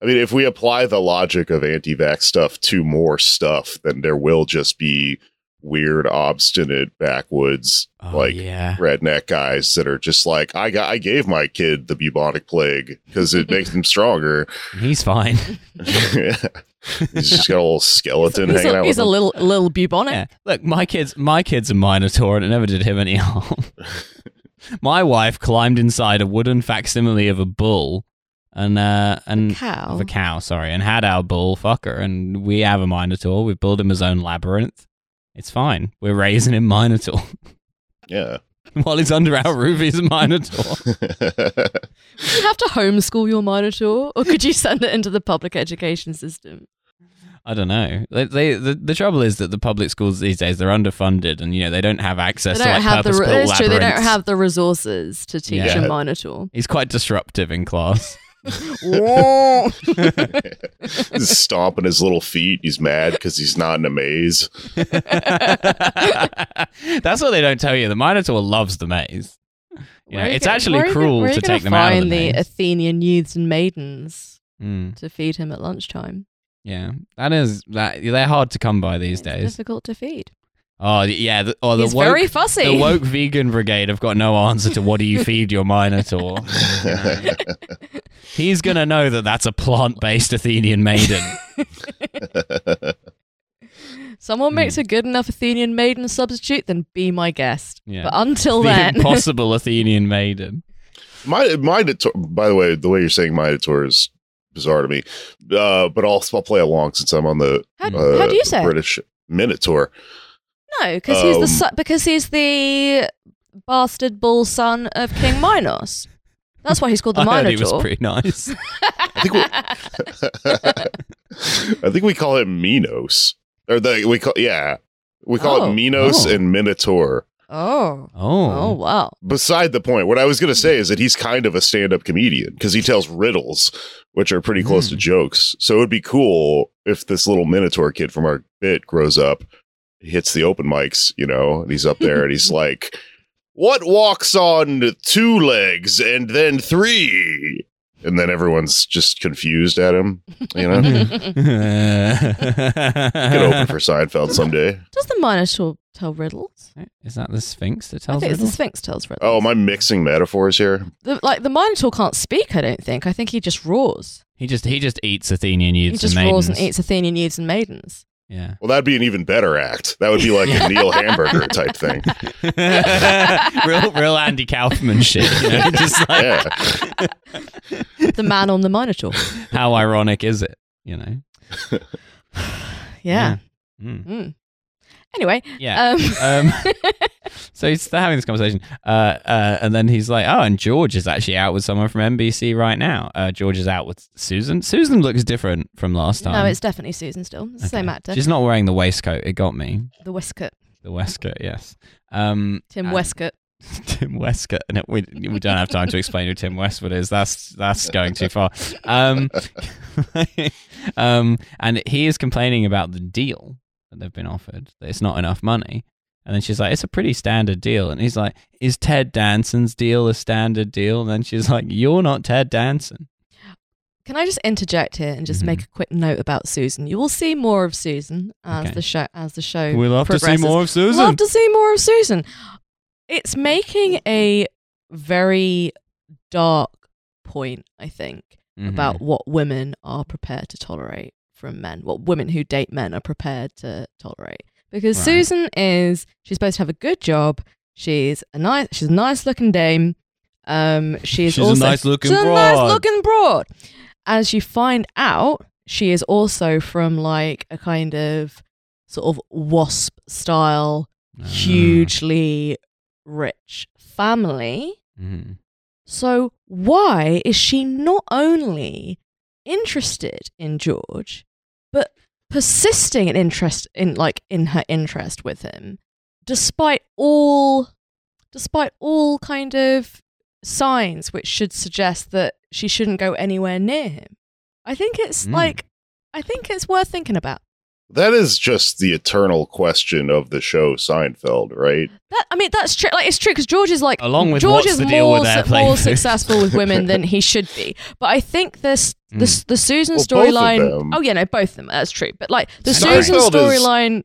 Speaker 3: I mean, if we apply the logic of anti-vax stuff to more stuff, then there will just be weird, obstinate backwoods
Speaker 1: Oh,
Speaker 3: Like,
Speaker 1: yeah,
Speaker 3: redneck guys that are just like, I got, I gave my kid the bubonic plague because it makes him stronger.
Speaker 1: he's fine.
Speaker 3: he's just got a little skeleton
Speaker 2: he's
Speaker 3: hanging
Speaker 2: a,
Speaker 3: out
Speaker 2: he's
Speaker 3: with him.
Speaker 2: a little little bubonic.
Speaker 1: Yeah. Look, my kids, my kids are minotaur, and it never did him any harm. My wife climbed inside a wooden facsimile of a bull and uh and
Speaker 2: Cow.
Speaker 1: of a cow, sorry, and had our bull fucker and we have a minotaur. We've built him his own labyrinth. It's fine. We're raising him minotaur
Speaker 3: Yeah.
Speaker 1: while he's under our roof. He's a minotaur.
Speaker 2: Would you have to homeschool your monitor, or could you send it into the public education system?
Speaker 1: I don't know. They, they the, the trouble is that the public schools these days they're underfunded and you know they don't have access
Speaker 2: they
Speaker 1: to like
Speaker 2: don't have the.
Speaker 1: purposeful
Speaker 2: It's true. They don't
Speaker 1: labyrinths.
Speaker 2: have the resources to teach
Speaker 1: Yeah.
Speaker 2: a monitor.
Speaker 1: He's quite disruptive in class.
Speaker 3: he's stomping his little feet. He's mad because he's not in a maze.
Speaker 1: That's what they don't tell you. The Minotaur loves the maze. You know,
Speaker 2: Where are you
Speaker 1: it's
Speaker 2: gonna-
Speaker 1: actually
Speaker 2: where are you gonna-
Speaker 1: cruel
Speaker 2: where are you
Speaker 1: to
Speaker 2: gonna
Speaker 1: take them out of the
Speaker 2: find
Speaker 1: maze.
Speaker 2: Athenian youths and maidens
Speaker 1: Mm,
Speaker 2: to feed him at lunchtime.
Speaker 1: yeah, that is that. They're hard to come by these
Speaker 2: It's
Speaker 1: days.
Speaker 2: difficult to feed.
Speaker 1: Oh yeah, the, or the
Speaker 2: He's
Speaker 1: woke,
Speaker 2: very fussy.
Speaker 1: the woke vegan brigade have got no answer to what do you feed your Minotaur. You know, He's gonna know that that's a plant-based Athenian maiden.
Speaker 2: Someone
Speaker 1: Hmm.
Speaker 2: makes a good enough Athenian maiden substitute, then be my guest.
Speaker 1: Yeah.
Speaker 2: But until
Speaker 1: the
Speaker 2: then,
Speaker 1: impossible Athenian maiden.
Speaker 3: My minotaur. By the way, the way you're saying minotaur is bizarre to me. Uh, but I'll I'll play along since I'm on the
Speaker 2: how,
Speaker 1: Mm.
Speaker 3: uh,
Speaker 2: how do you say? it?
Speaker 3: British minotaur.
Speaker 2: No, because he's the
Speaker 3: Um,
Speaker 2: su- because he's the bastard bull son of King Minos. That's why he's called the
Speaker 1: I heard he was
Speaker 2: Minotaur.
Speaker 1: pretty nice.
Speaker 3: I think we, I think we call it Minos, or the we call yeah we call
Speaker 2: Oh.
Speaker 3: it Minos
Speaker 1: Oh.
Speaker 3: and Minotaur.
Speaker 2: oh, oh
Speaker 1: Oh,
Speaker 2: wow!
Speaker 3: Beside the point, what I was going to say is that he's kind of a stand-up comedian because he tells riddles, which are pretty close to jokes. So it would be cool if this little Minotaur kid from our bit grows up, he hits the open mics, you know, and he's up there and he's like, "What walks on two legs and then three? And then everyone's just confused at him, you know. Get open for Seinfeld someday.
Speaker 2: Does the Minotaur tell riddles?
Speaker 1: Is that the Sphinx that
Speaker 2: I
Speaker 1: tells
Speaker 2: think it's the
Speaker 1: riddles?
Speaker 2: Sphinx tells riddles.
Speaker 3: Oh, am I mixing metaphors here?
Speaker 2: The, like the Minotaur can't speak. I don't think. I think he just roars.
Speaker 1: He just he just eats Athenian youths
Speaker 2: he just
Speaker 1: and
Speaker 2: roars and
Speaker 1: maidens.
Speaker 2: eats Athenian youths and maidens.
Speaker 1: Yeah.
Speaker 3: Well, that'd be an even better act. That would be like a Neil Hamburger type thing.
Speaker 1: real real Andy Kaufman shit. You know? Just like
Speaker 3: Yeah.
Speaker 2: The man on the Minotaur.
Speaker 1: how ironic is it? You know.
Speaker 2: Yeah.
Speaker 1: Mm.
Speaker 2: Mm. Anyway,
Speaker 1: Yeah.
Speaker 2: um,
Speaker 1: Um, so he's they're having this conversation, uh, uh, and then he's like, "Oh, and George is actually out with someone from NBC right now. Uh, George is out with Susan. Susan looks different from last time.
Speaker 2: no, it's definitely Susan still. It's the
Speaker 1: Okay.
Speaker 2: Same actor.
Speaker 1: She's not wearing the waistcoat. It got me.
Speaker 2: the Westcott.
Speaker 1: The waistcoat, yes. Um,
Speaker 2: Tim
Speaker 1: and-
Speaker 2: Westcott.
Speaker 1: Tim Westcott, and it, we we don't have time to explain who Tim Westwood is. That's that's going too far. Um, um, and he is complaining about the deal that they've been offered. That it's not enough money. And then she's like, "It's a pretty standard deal." And he's like, "Is Ted Danson's deal a standard deal?" And then she's like, "You're not Ted Danson."
Speaker 2: Can I just interject here and just
Speaker 1: Mhm.
Speaker 2: make a quick note about Susan? You will see more of Susan as
Speaker 1: Okay.
Speaker 2: the show as the show.
Speaker 1: We love to see
Speaker 2: progresses.
Speaker 1: more of Susan.
Speaker 2: Love to see more of Susan. It's making a very dark point, I think,
Speaker 1: Mhm.
Speaker 2: about what women are prepared to tolerate from men. What women who date men are prepared to tolerate. Because
Speaker 1: Right.
Speaker 2: Susan is she's supposed to have a good job. She's a nice she's a nice looking dame. Um she is
Speaker 1: She's a
Speaker 2: also
Speaker 1: nice-looking
Speaker 2: she's a
Speaker 1: broad.
Speaker 2: nice looking broad. As you find out, she is also from like a kind of sort of wasp style,
Speaker 1: Ah.
Speaker 2: hugely rich family.
Speaker 1: Mhm.
Speaker 2: So why is she not only interested in George, but persisting in interest in like in her interest with him, despite all despite all kind of signs which should suggest that she shouldn't go anywhere near him? I think it's
Speaker 1: Mm.
Speaker 2: like I think it's worth thinking about.
Speaker 3: That is just the eternal question of the show Seinfeld, right?
Speaker 2: That I mean, that's true. Like it's true because George is like
Speaker 1: Along with
Speaker 2: George
Speaker 1: what's
Speaker 2: is
Speaker 1: the deal
Speaker 2: more,
Speaker 1: with
Speaker 2: su-
Speaker 1: airplane
Speaker 2: more
Speaker 1: food?
Speaker 2: successful with women than he should be. But I think this
Speaker 1: Mm.
Speaker 2: this the Susan
Speaker 3: Well, both of
Speaker 2: storyline.
Speaker 3: them.
Speaker 2: Oh yeah, no, both of them. That's true. But like the
Speaker 1: Seinfeld
Speaker 2: Susan
Speaker 3: is-
Speaker 2: storyline.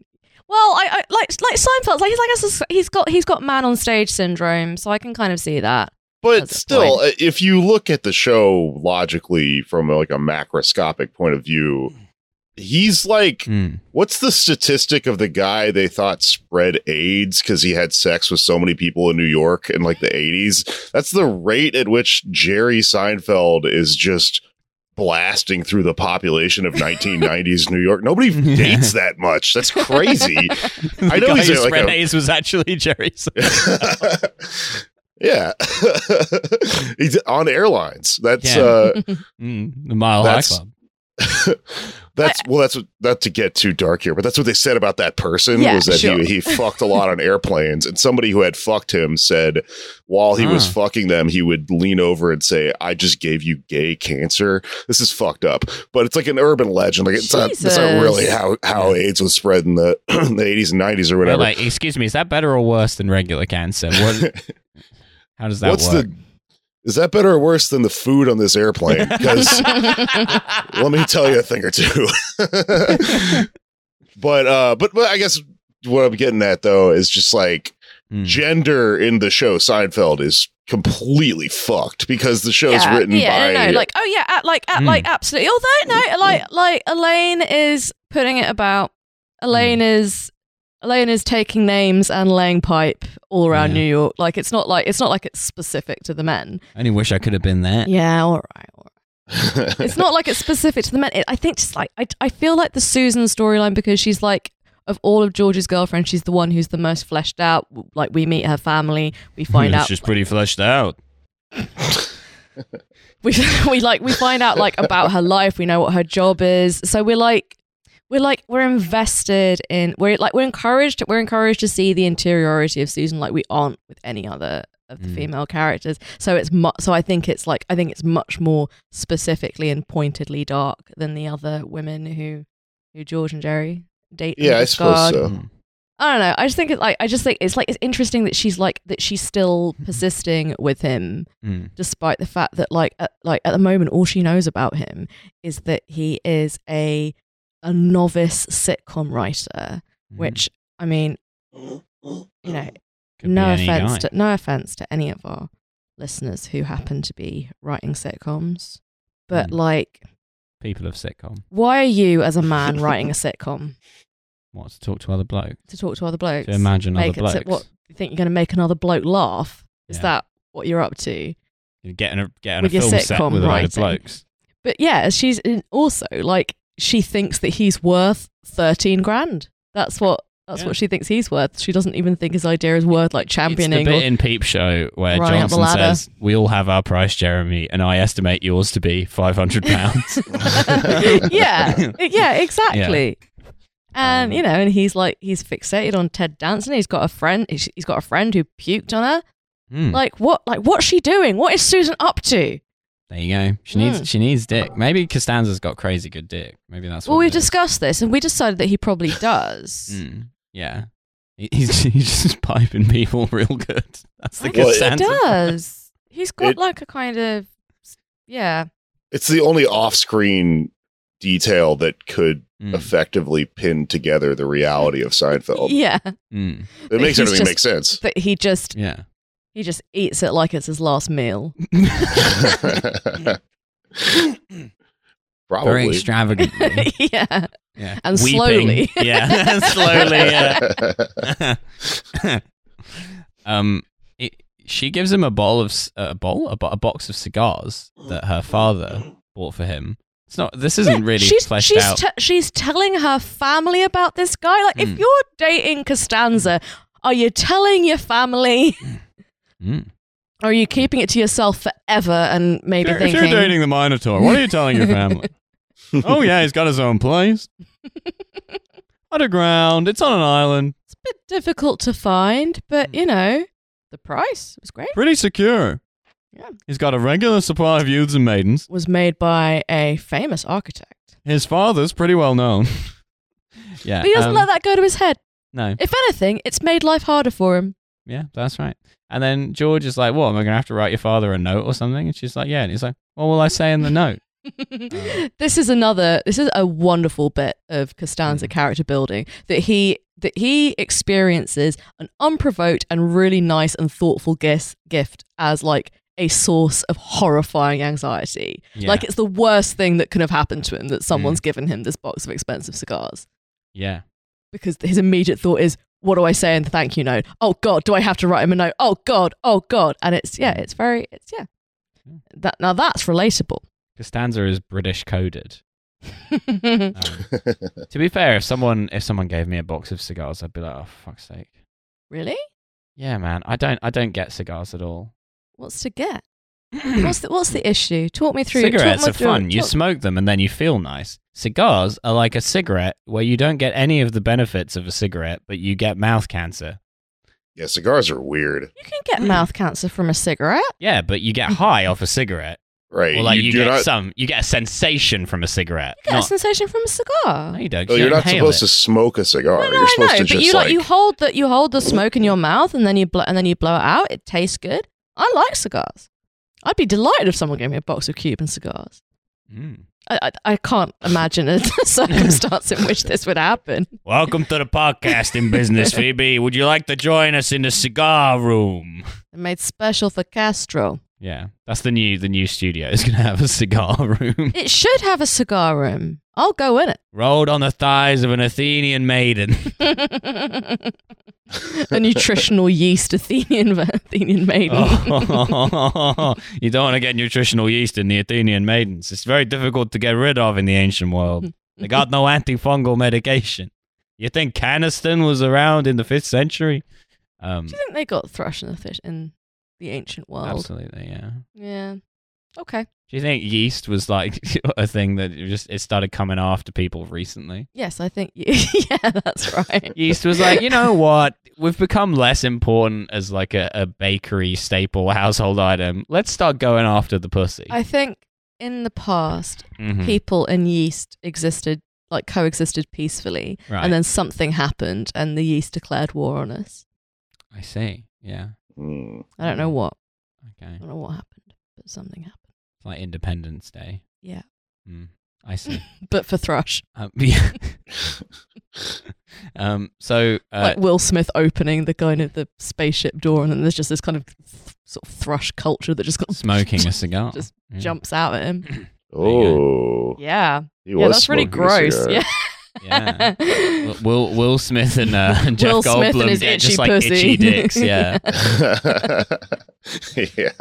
Speaker 2: Well, I, I like like Seinfeld's like he's like a sus- he's got he's got man on stage syndrome, so I can kind of see that.
Speaker 3: But
Speaker 2: That's a
Speaker 3: still, uh, if you look at the show logically from like a macroscopic point of view, he's like
Speaker 1: Mm.
Speaker 3: What's the statistic of the guy they thought spread AIDS because he had sex with so many people in New York in like the 80s? That's the rate at which Jerry Seinfeld is just blasting through the population of 1990s New York. Nobody
Speaker 1: Yeah.
Speaker 3: dates that much. That's crazy. I
Speaker 1: The
Speaker 3: know
Speaker 1: guy
Speaker 3: he's
Speaker 1: who
Speaker 3: a- like
Speaker 1: spread
Speaker 3: a-
Speaker 1: AIDS was actually Jerry. Seinfeld.
Speaker 3: yeah. he's on airlines. That's
Speaker 1: Yeah.
Speaker 3: uh
Speaker 1: Mm, the Mile High
Speaker 3: That's-
Speaker 1: Club.
Speaker 3: That's well. That's what, not to get too dark here, but that's what they said about that person
Speaker 2: Yeah,
Speaker 3: was that
Speaker 2: sure.
Speaker 3: he he fucked a lot on airplanes, and somebody who had fucked him said while he was
Speaker 1: Ah.
Speaker 3: fucking them, he would lean over and say, "I just gave you gay cancer." This is fucked up, but it's like an urban legend. Like it's not, that's not
Speaker 2: Jesus.
Speaker 3: really how how AIDS was spread in the the eighties and nineties or
Speaker 1: We're
Speaker 3: whatever.
Speaker 1: like, excuse me, is that better or worse than regular cancer? What, how does that
Speaker 3: What's
Speaker 1: work?
Speaker 3: the is that better or worse than the food on this airplane? Because let me tell you a thing or two. but uh but, but I guess what I'm getting at though is just like
Speaker 1: Mm.
Speaker 3: gender in the show Seinfeld is completely fucked because the show's
Speaker 2: yeah,
Speaker 3: written
Speaker 2: yeah,
Speaker 3: by Hmm.
Speaker 2: no, like oh yeah, at, like at, like absolutely. Although no, like like Elaine is putting it about. Elaine
Speaker 3: Hmm.
Speaker 2: is Elaine is taking names and laying pipe all around
Speaker 1: Yeah.
Speaker 2: New York. Like it's not like it's not like it's specific to the men.
Speaker 1: I only wish I could have been
Speaker 3: Eh.
Speaker 1: there.
Speaker 2: Yeah, all right. All right. It's not like it's specific to the men. It, I think just like I, I feel like the Susan storyline because she's like of all of George's girlfriends, she's the one who's the most fleshed out. Like we meet her family, we find
Speaker 3: Hmm,
Speaker 2: out
Speaker 1: pretty fleshed out.
Speaker 2: we we like we find out like about her life we know what her job is so we're like we're like we're invested in we're like we're encouraged we're encouraged to see the interiority of susan like we aren't with any other of the
Speaker 1: Mm.
Speaker 2: female characters so it's mu- so i think it's like i think it's much more specifically and pointedly dark than the other women who who george and jerry date and
Speaker 3: yeah, I
Speaker 2: discard.
Speaker 3: suppose
Speaker 1: Hmm.
Speaker 3: so.
Speaker 2: I don't know. I just think it's like I just think it's like it's interesting that she's like that she's still persisting with him
Speaker 1: Mm.
Speaker 2: despite the fact that like at, like at the moment all she knows about him is that he is a a novice sitcom writer
Speaker 1: Hmm. Mm.
Speaker 2: which i mean you know
Speaker 1: Oh, Could be
Speaker 2: no
Speaker 1: any
Speaker 2: offense
Speaker 1: guy.
Speaker 2: to no offense to any of our listeners who happen to be writing sitcoms but
Speaker 1: Mm.
Speaker 2: like
Speaker 1: people of sitcom.
Speaker 2: why are you as a man writing a sitcom
Speaker 1: What to talk to other blokes?
Speaker 2: to talk to other blokes
Speaker 1: To imagine
Speaker 2: make
Speaker 1: other blokes.
Speaker 2: it what you think you're going to make another bloke laugh is
Speaker 1: Yeah.
Speaker 2: that what you're up to
Speaker 1: You get in a get in a
Speaker 2: With your
Speaker 1: film set
Speaker 2: sitcom
Speaker 1: with a load of
Speaker 2: writing.
Speaker 1: blokes.
Speaker 2: But yeah, she's in, also like she thinks that he's worth thirteen grand. That's what that's
Speaker 1: Yeah.
Speaker 2: what she thinks he's worth. She doesn't even think his idea is worth like
Speaker 1: it's
Speaker 2: championing.
Speaker 1: the
Speaker 2: Or,
Speaker 1: bit in Peep Show where
Speaker 2: Running up the
Speaker 1: Johnson
Speaker 2: ladder.
Speaker 1: says, "We all have our price, Jeremy, and I estimate yours to be five hundred pounds."
Speaker 2: yeah, E, yeah, exactly. And
Speaker 1: Um,
Speaker 2: you know, and he's like he's fixated on Ted Danson. He's got a friend. He's he's got a friend who puked on her.
Speaker 1: Hmm.
Speaker 2: Like what? Like what's she doing? What is Susan up to?
Speaker 1: There you go. She
Speaker 2: Hmm.
Speaker 1: needs she needs dick. Maybe Costanza's got crazy good dick. Maybe that's what
Speaker 2: well,
Speaker 1: it
Speaker 2: we've
Speaker 1: is.
Speaker 2: discussed this, and we decided that he probably does.
Speaker 1: Mm, yeah. He- He's, he's just piping people real good. That's the
Speaker 2: I guess he
Speaker 1: Costanza.
Speaker 2: does. He's got
Speaker 3: It-
Speaker 2: like a kind of yeah.
Speaker 3: It's the only off-screen detail that could
Speaker 1: Mm,
Speaker 3: effectively pin together the reality of Seinfeld.
Speaker 2: Yeah,
Speaker 1: mm,
Speaker 3: It makes
Speaker 2: He's
Speaker 3: everything
Speaker 2: just-
Speaker 3: make sense.
Speaker 2: but he just
Speaker 1: yeah.
Speaker 2: he just eats it like it's his last meal.
Speaker 3: Probably.
Speaker 1: Very extravagantly.
Speaker 2: yeah,
Speaker 1: Yeah.
Speaker 2: And
Speaker 1: Weeping.
Speaker 2: slowly.
Speaker 1: Yeah. slowly. Yeah. um, it, she gives him a bowl of c- a bowl a, bo- a box of cigars that her father bought for him. It's not. This isn't really
Speaker 2: she's
Speaker 1: fleshed
Speaker 2: she's,
Speaker 1: out.
Speaker 2: te- she's telling her family about this guy. Like,
Speaker 1: Hmm.
Speaker 2: if you're dating Costanza, are you telling your family?
Speaker 1: Mm.
Speaker 2: Or are you keeping it to yourself forever and maybe
Speaker 1: If
Speaker 2: thinking?
Speaker 1: you're dating the Minotaur, what are you telling your family? oh yeah, he's got his own place. Underground. It's on an island.
Speaker 2: It's a bit difficult to find, but
Speaker 1: Hmm.
Speaker 2: you know, the price was great.
Speaker 1: Pretty secure.
Speaker 2: Yeah.
Speaker 1: He's got a regular supply of youths and maidens.
Speaker 2: Was made by a famous architect,
Speaker 1: His father's pretty well known. yeah.
Speaker 2: but he doesn't
Speaker 1: um,
Speaker 2: let that go to his head.
Speaker 1: No.
Speaker 2: If anything, it's made life harder for him.
Speaker 1: Yeah, that's right. And then George is like, "What am I going to have to write your father a note or something?" And she's like, "Yeah." And he's like, "What will I say in the note?"
Speaker 2: this is another this is a wonderful bit of Costanza character building that he that he experiences an unprovoked and really nice and thoughtful gift gift as like a source of horrifying anxiety.
Speaker 1: Yeah.
Speaker 2: Like it's the worst thing that could have happened to him that someone's given him this box of expensive cigars
Speaker 1: yeah.
Speaker 2: because his immediate thought is, "What do I say in the thank you note? Oh God, do I have to write him a note? Oh God, oh God!" And it's yeah, it's very it's yeah.
Speaker 1: Yeah.
Speaker 2: That now that's relatable.
Speaker 1: Costanza is British coded. Um, to be fair, if someone if someone gave me a box of cigars, I'd be like, oh fuck's sake.
Speaker 2: really?
Speaker 1: Yeah, man. I don't I don't get cigars at all.
Speaker 2: What's to get? what's the what's the issue? Talk me through. talk
Speaker 1: Cigarettes
Speaker 2: me
Speaker 1: are
Speaker 2: through-
Speaker 1: fun. You
Speaker 2: talk-
Speaker 1: smoke them and then you feel nice. Cigars are like a cigarette where you don't get any of the benefits of a cigarette, but you get mouth cancer.
Speaker 3: Yeah, cigars are weird.
Speaker 2: you can get mouth cancer from a cigarette.
Speaker 1: Yeah, but you
Speaker 2: Mm.
Speaker 1: get high off a cigarette.
Speaker 3: Right.
Speaker 1: Or like you,
Speaker 3: do
Speaker 1: get
Speaker 3: not,
Speaker 1: some you get a sensation from a cigarette.
Speaker 2: You get a
Speaker 1: Not-
Speaker 2: sensation from a cigar.
Speaker 1: no, you don't.
Speaker 3: no,
Speaker 1: 'cause you
Speaker 3: oh, you're not
Speaker 1: inhale
Speaker 3: supposed
Speaker 1: it.
Speaker 3: to smoke a cigar.
Speaker 2: No, no,
Speaker 3: you're supposed
Speaker 2: I know,
Speaker 3: to
Speaker 2: but
Speaker 3: just
Speaker 2: you
Speaker 3: like,
Speaker 2: like, you hold that you hold the smoke in your mouth and then you blow and then you blow it out. It tastes good. I like cigars. I'd be delighted if someone gave me a box of Cuban cigars.
Speaker 1: Mm.
Speaker 2: I, I, I can't imagine a circumstance in which this would happen.
Speaker 1: Welcome to the podcasting business, Phoebe. Would you like to join us in the cigar room?
Speaker 2: Made special for Castro.
Speaker 1: Yeah, that's the new the new studio. It's gonna have a cigar room.
Speaker 2: It should have a cigar room. I'll go in
Speaker 1: Rolled on the thighs of an Athenian maiden.
Speaker 2: it. a nutritional yeast Athenian Athenian maiden.
Speaker 1: Oh, you don't want to get nutritional yeast in the Athenian maidens. It's very difficult to get rid of in the ancient world. They got no antifungal medication. You think Caniston was around in the fifth century? Um,
Speaker 2: Do you think they got thrush in the fish in the ancient world?
Speaker 1: absolutely, yeah.
Speaker 2: Yeah. Okay.
Speaker 1: Do you think yeast was like a thing that it just it started coming after people recently?
Speaker 2: Yes, I think you. yeah, that's right.
Speaker 1: Yeast was like, you know what? We've become less important as like a, a bakery staple household item. Let's start going after the pussy.
Speaker 2: I think in the past,
Speaker 1: Mhm.
Speaker 2: people and yeast existed, like coexisted peacefully,
Speaker 1: Right.
Speaker 2: and then something happened, and the yeast declared war on us.
Speaker 1: I see. Yeah.
Speaker 3: Mm.
Speaker 2: I don't know what.
Speaker 1: Okay.
Speaker 2: I don't know what happened, but something happened.
Speaker 1: It's like Independence Day.
Speaker 2: Yeah.
Speaker 1: Mm, I see.
Speaker 2: But for thrush,
Speaker 1: um, yeah. um, so, uh,
Speaker 2: like Will Smith opening the kind of the spaceship door, and then there's just this kind of th- sort of thrush culture that just got
Speaker 1: smoking a cigar.
Speaker 2: Just
Speaker 1: Yeah.
Speaker 2: jumps out at him.
Speaker 3: Oh,
Speaker 2: Yeah,
Speaker 3: he
Speaker 2: yeah,
Speaker 3: was
Speaker 2: that's really
Speaker 3: smoking a
Speaker 2: gross.
Speaker 3: cigar.
Speaker 2: Yeah.
Speaker 1: Yeah. Will- Will Will Smith and uh, Jeff
Speaker 2: Will
Speaker 1: Goldblum
Speaker 2: Smith and his
Speaker 1: get
Speaker 2: itchy
Speaker 1: just like
Speaker 2: pussy.
Speaker 1: itchy dicks. Yeah.
Speaker 3: yeah,
Speaker 1: Yeah.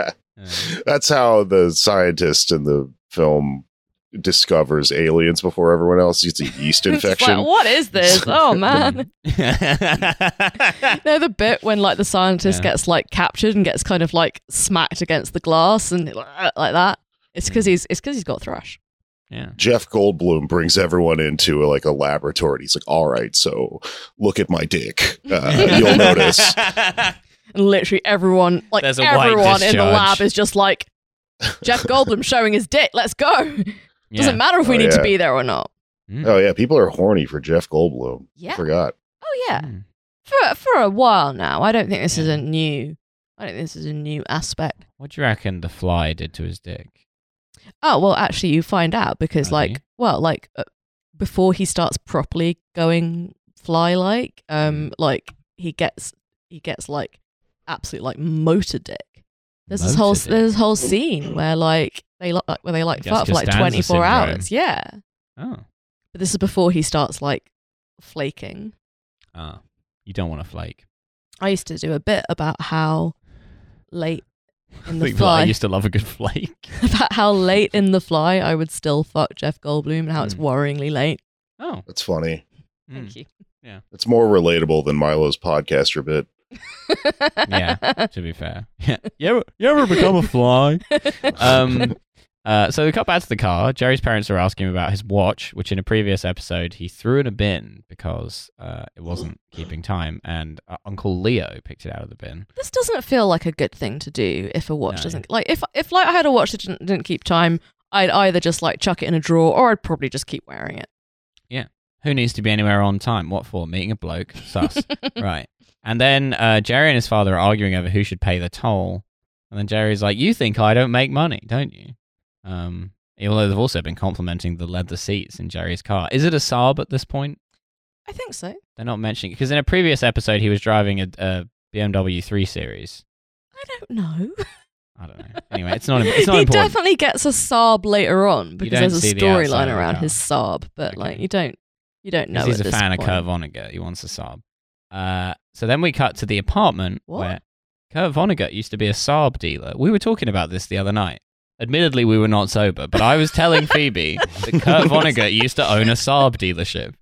Speaker 3: that's how the scientist in the film discovers aliens before everyone else. It's a yeast
Speaker 2: It's like,
Speaker 3: infection.
Speaker 2: what is this? Oh man.
Speaker 1: Mm.
Speaker 2: No, the bit when like the scientist
Speaker 1: Yeah.
Speaker 2: gets like captured and gets kind of like smacked against the glass and like that. It's because he's it's because he's got thrush.
Speaker 1: yeah.
Speaker 3: Jeff Goldblum brings everyone into like a laboratory. He's like, "All right, so look at my dick. Uh, you'll notice."
Speaker 2: And literally everyone, like
Speaker 1: There's a white
Speaker 2: everyone in the
Speaker 1: discharge.
Speaker 2: lab, is just like Jeff Goldblum showing his dick. Let's go.
Speaker 1: Yeah.
Speaker 2: Doesn't matter if we
Speaker 3: Oh,
Speaker 2: need to
Speaker 3: yeah.
Speaker 2: be there or not.
Speaker 3: Oh yeah, people are horny for Jeff Goldblum.
Speaker 2: Yeah.
Speaker 3: Forgot.
Speaker 2: Oh yeah.
Speaker 1: Mm.
Speaker 2: For for a while now, I don't think this is
Speaker 1: Yeah.
Speaker 2: a new. I don't think this is a new aspect.
Speaker 1: What do you reckon the fly did to his dick?
Speaker 2: Oh well, actually, you find out because,
Speaker 1: Oh, do you?
Speaker 2: like, well, like uh, before he starts properly going fly like,
Speaker 1: Mm.
Speaker 2: um, like he gets he gets like absolute like motor dick. There's this whole
Speaker 1: Motor dick?
Speaker 2: there's this whole scene where like they lo- like where they like
Speaker 1: I guess
Speaker 2: fuck for like
Speaker 1: Costanza
Speaker 2: twenty four
Speaker 1: syndrome.
Speaker 2: hours. Yeah,
Speaker 1: Oh.
Speaker 2: but this is before he starts like flaking.
Speaker 1: Ah. You don't want to flake.
Speaker 2: I used to do a bit about how late in the
Speaker 1: Think that I
Speaker 2: fly
Speaker 1: used to love a good flake.
Speaker 2: about how late in the fly I would still fuck Jeff Goldblum and how it's
Speaker 1: Mm.
Speaker 2: worryingly late.
Speaker 1: Oh.
Speaker 3: That's funny.
Speaker 1: Hmm.
Speaker 2: Thank you.
Speaker 3: It's more relatable than Milo's podcaster bit.
Speaker 1: Yeah. to be fair. Yeah. You ever, you ever become a fly? um, uh, so we cut back to the car. Jerry's parents are asking him about his watch, which in a previous episode he threw in a bin because uh, it wasn't keeping time, and uh, Uncle Leo picked it out of the bin.
Speaker 2: this doesn't feel like a good thing to do if a watch
Speaker 1: No.
Speaker 2: doesn't like if if like I had a watch that didn't, didn't keep time, I'd either just like chuck it in a drawer or I'd probably just keep wearing it.
Speaker 1: Who needs to be anywhere on time? What for? Meeting a bloke? Sus. right. And then uh, Jerry and his father are arguing over who should pay the toll. And then Jerry's like, "You think I don't make money, don't you?" Um, although they've also been complimenting the leather seats in Jerry's car. Is it a Saab at this point?
Speaker 2: I think so.
Speaker 1: They're not mentioning because in a previous episode he was driving a, a BMW 3 Series.
Speaker 2: I don't know.
Speaker 1: I don't know. Anyway, it's not. im- It's not
Speaker 2: he
Speaker 1: important.
Speaker 2: definitely gets a sob later on because
Speaker 1: don't
Speaker 2: there's
Speaker 1: see
Speaker 2: a
Speaker 1: the outside
Speaker 2: storyline
Speaker 1: of the
Speaker 2: around
Speaker 1: car.
Speaker 2: his sob, but like
Speaker 1: Okay.
Speaker 2: you don't you don't know.
Speaker 1: Because he's
Speaker 2: at
Speaker 1: a
Speaker 2: this
Speaker 1: fan
Speaker 2: point.
Speaker 1: of Kurt Vonnegut. He wants a Saab. Uh, so then we cut to the apartment
Speaker 2: What?
Speaker 1: where Kurt Vonnegut used to be a Saab dealer. We were talking about this the other night. Admittedly, we were not sober, but I was telling Phoebe that Kurt Vonnegut used to own a Saab dealership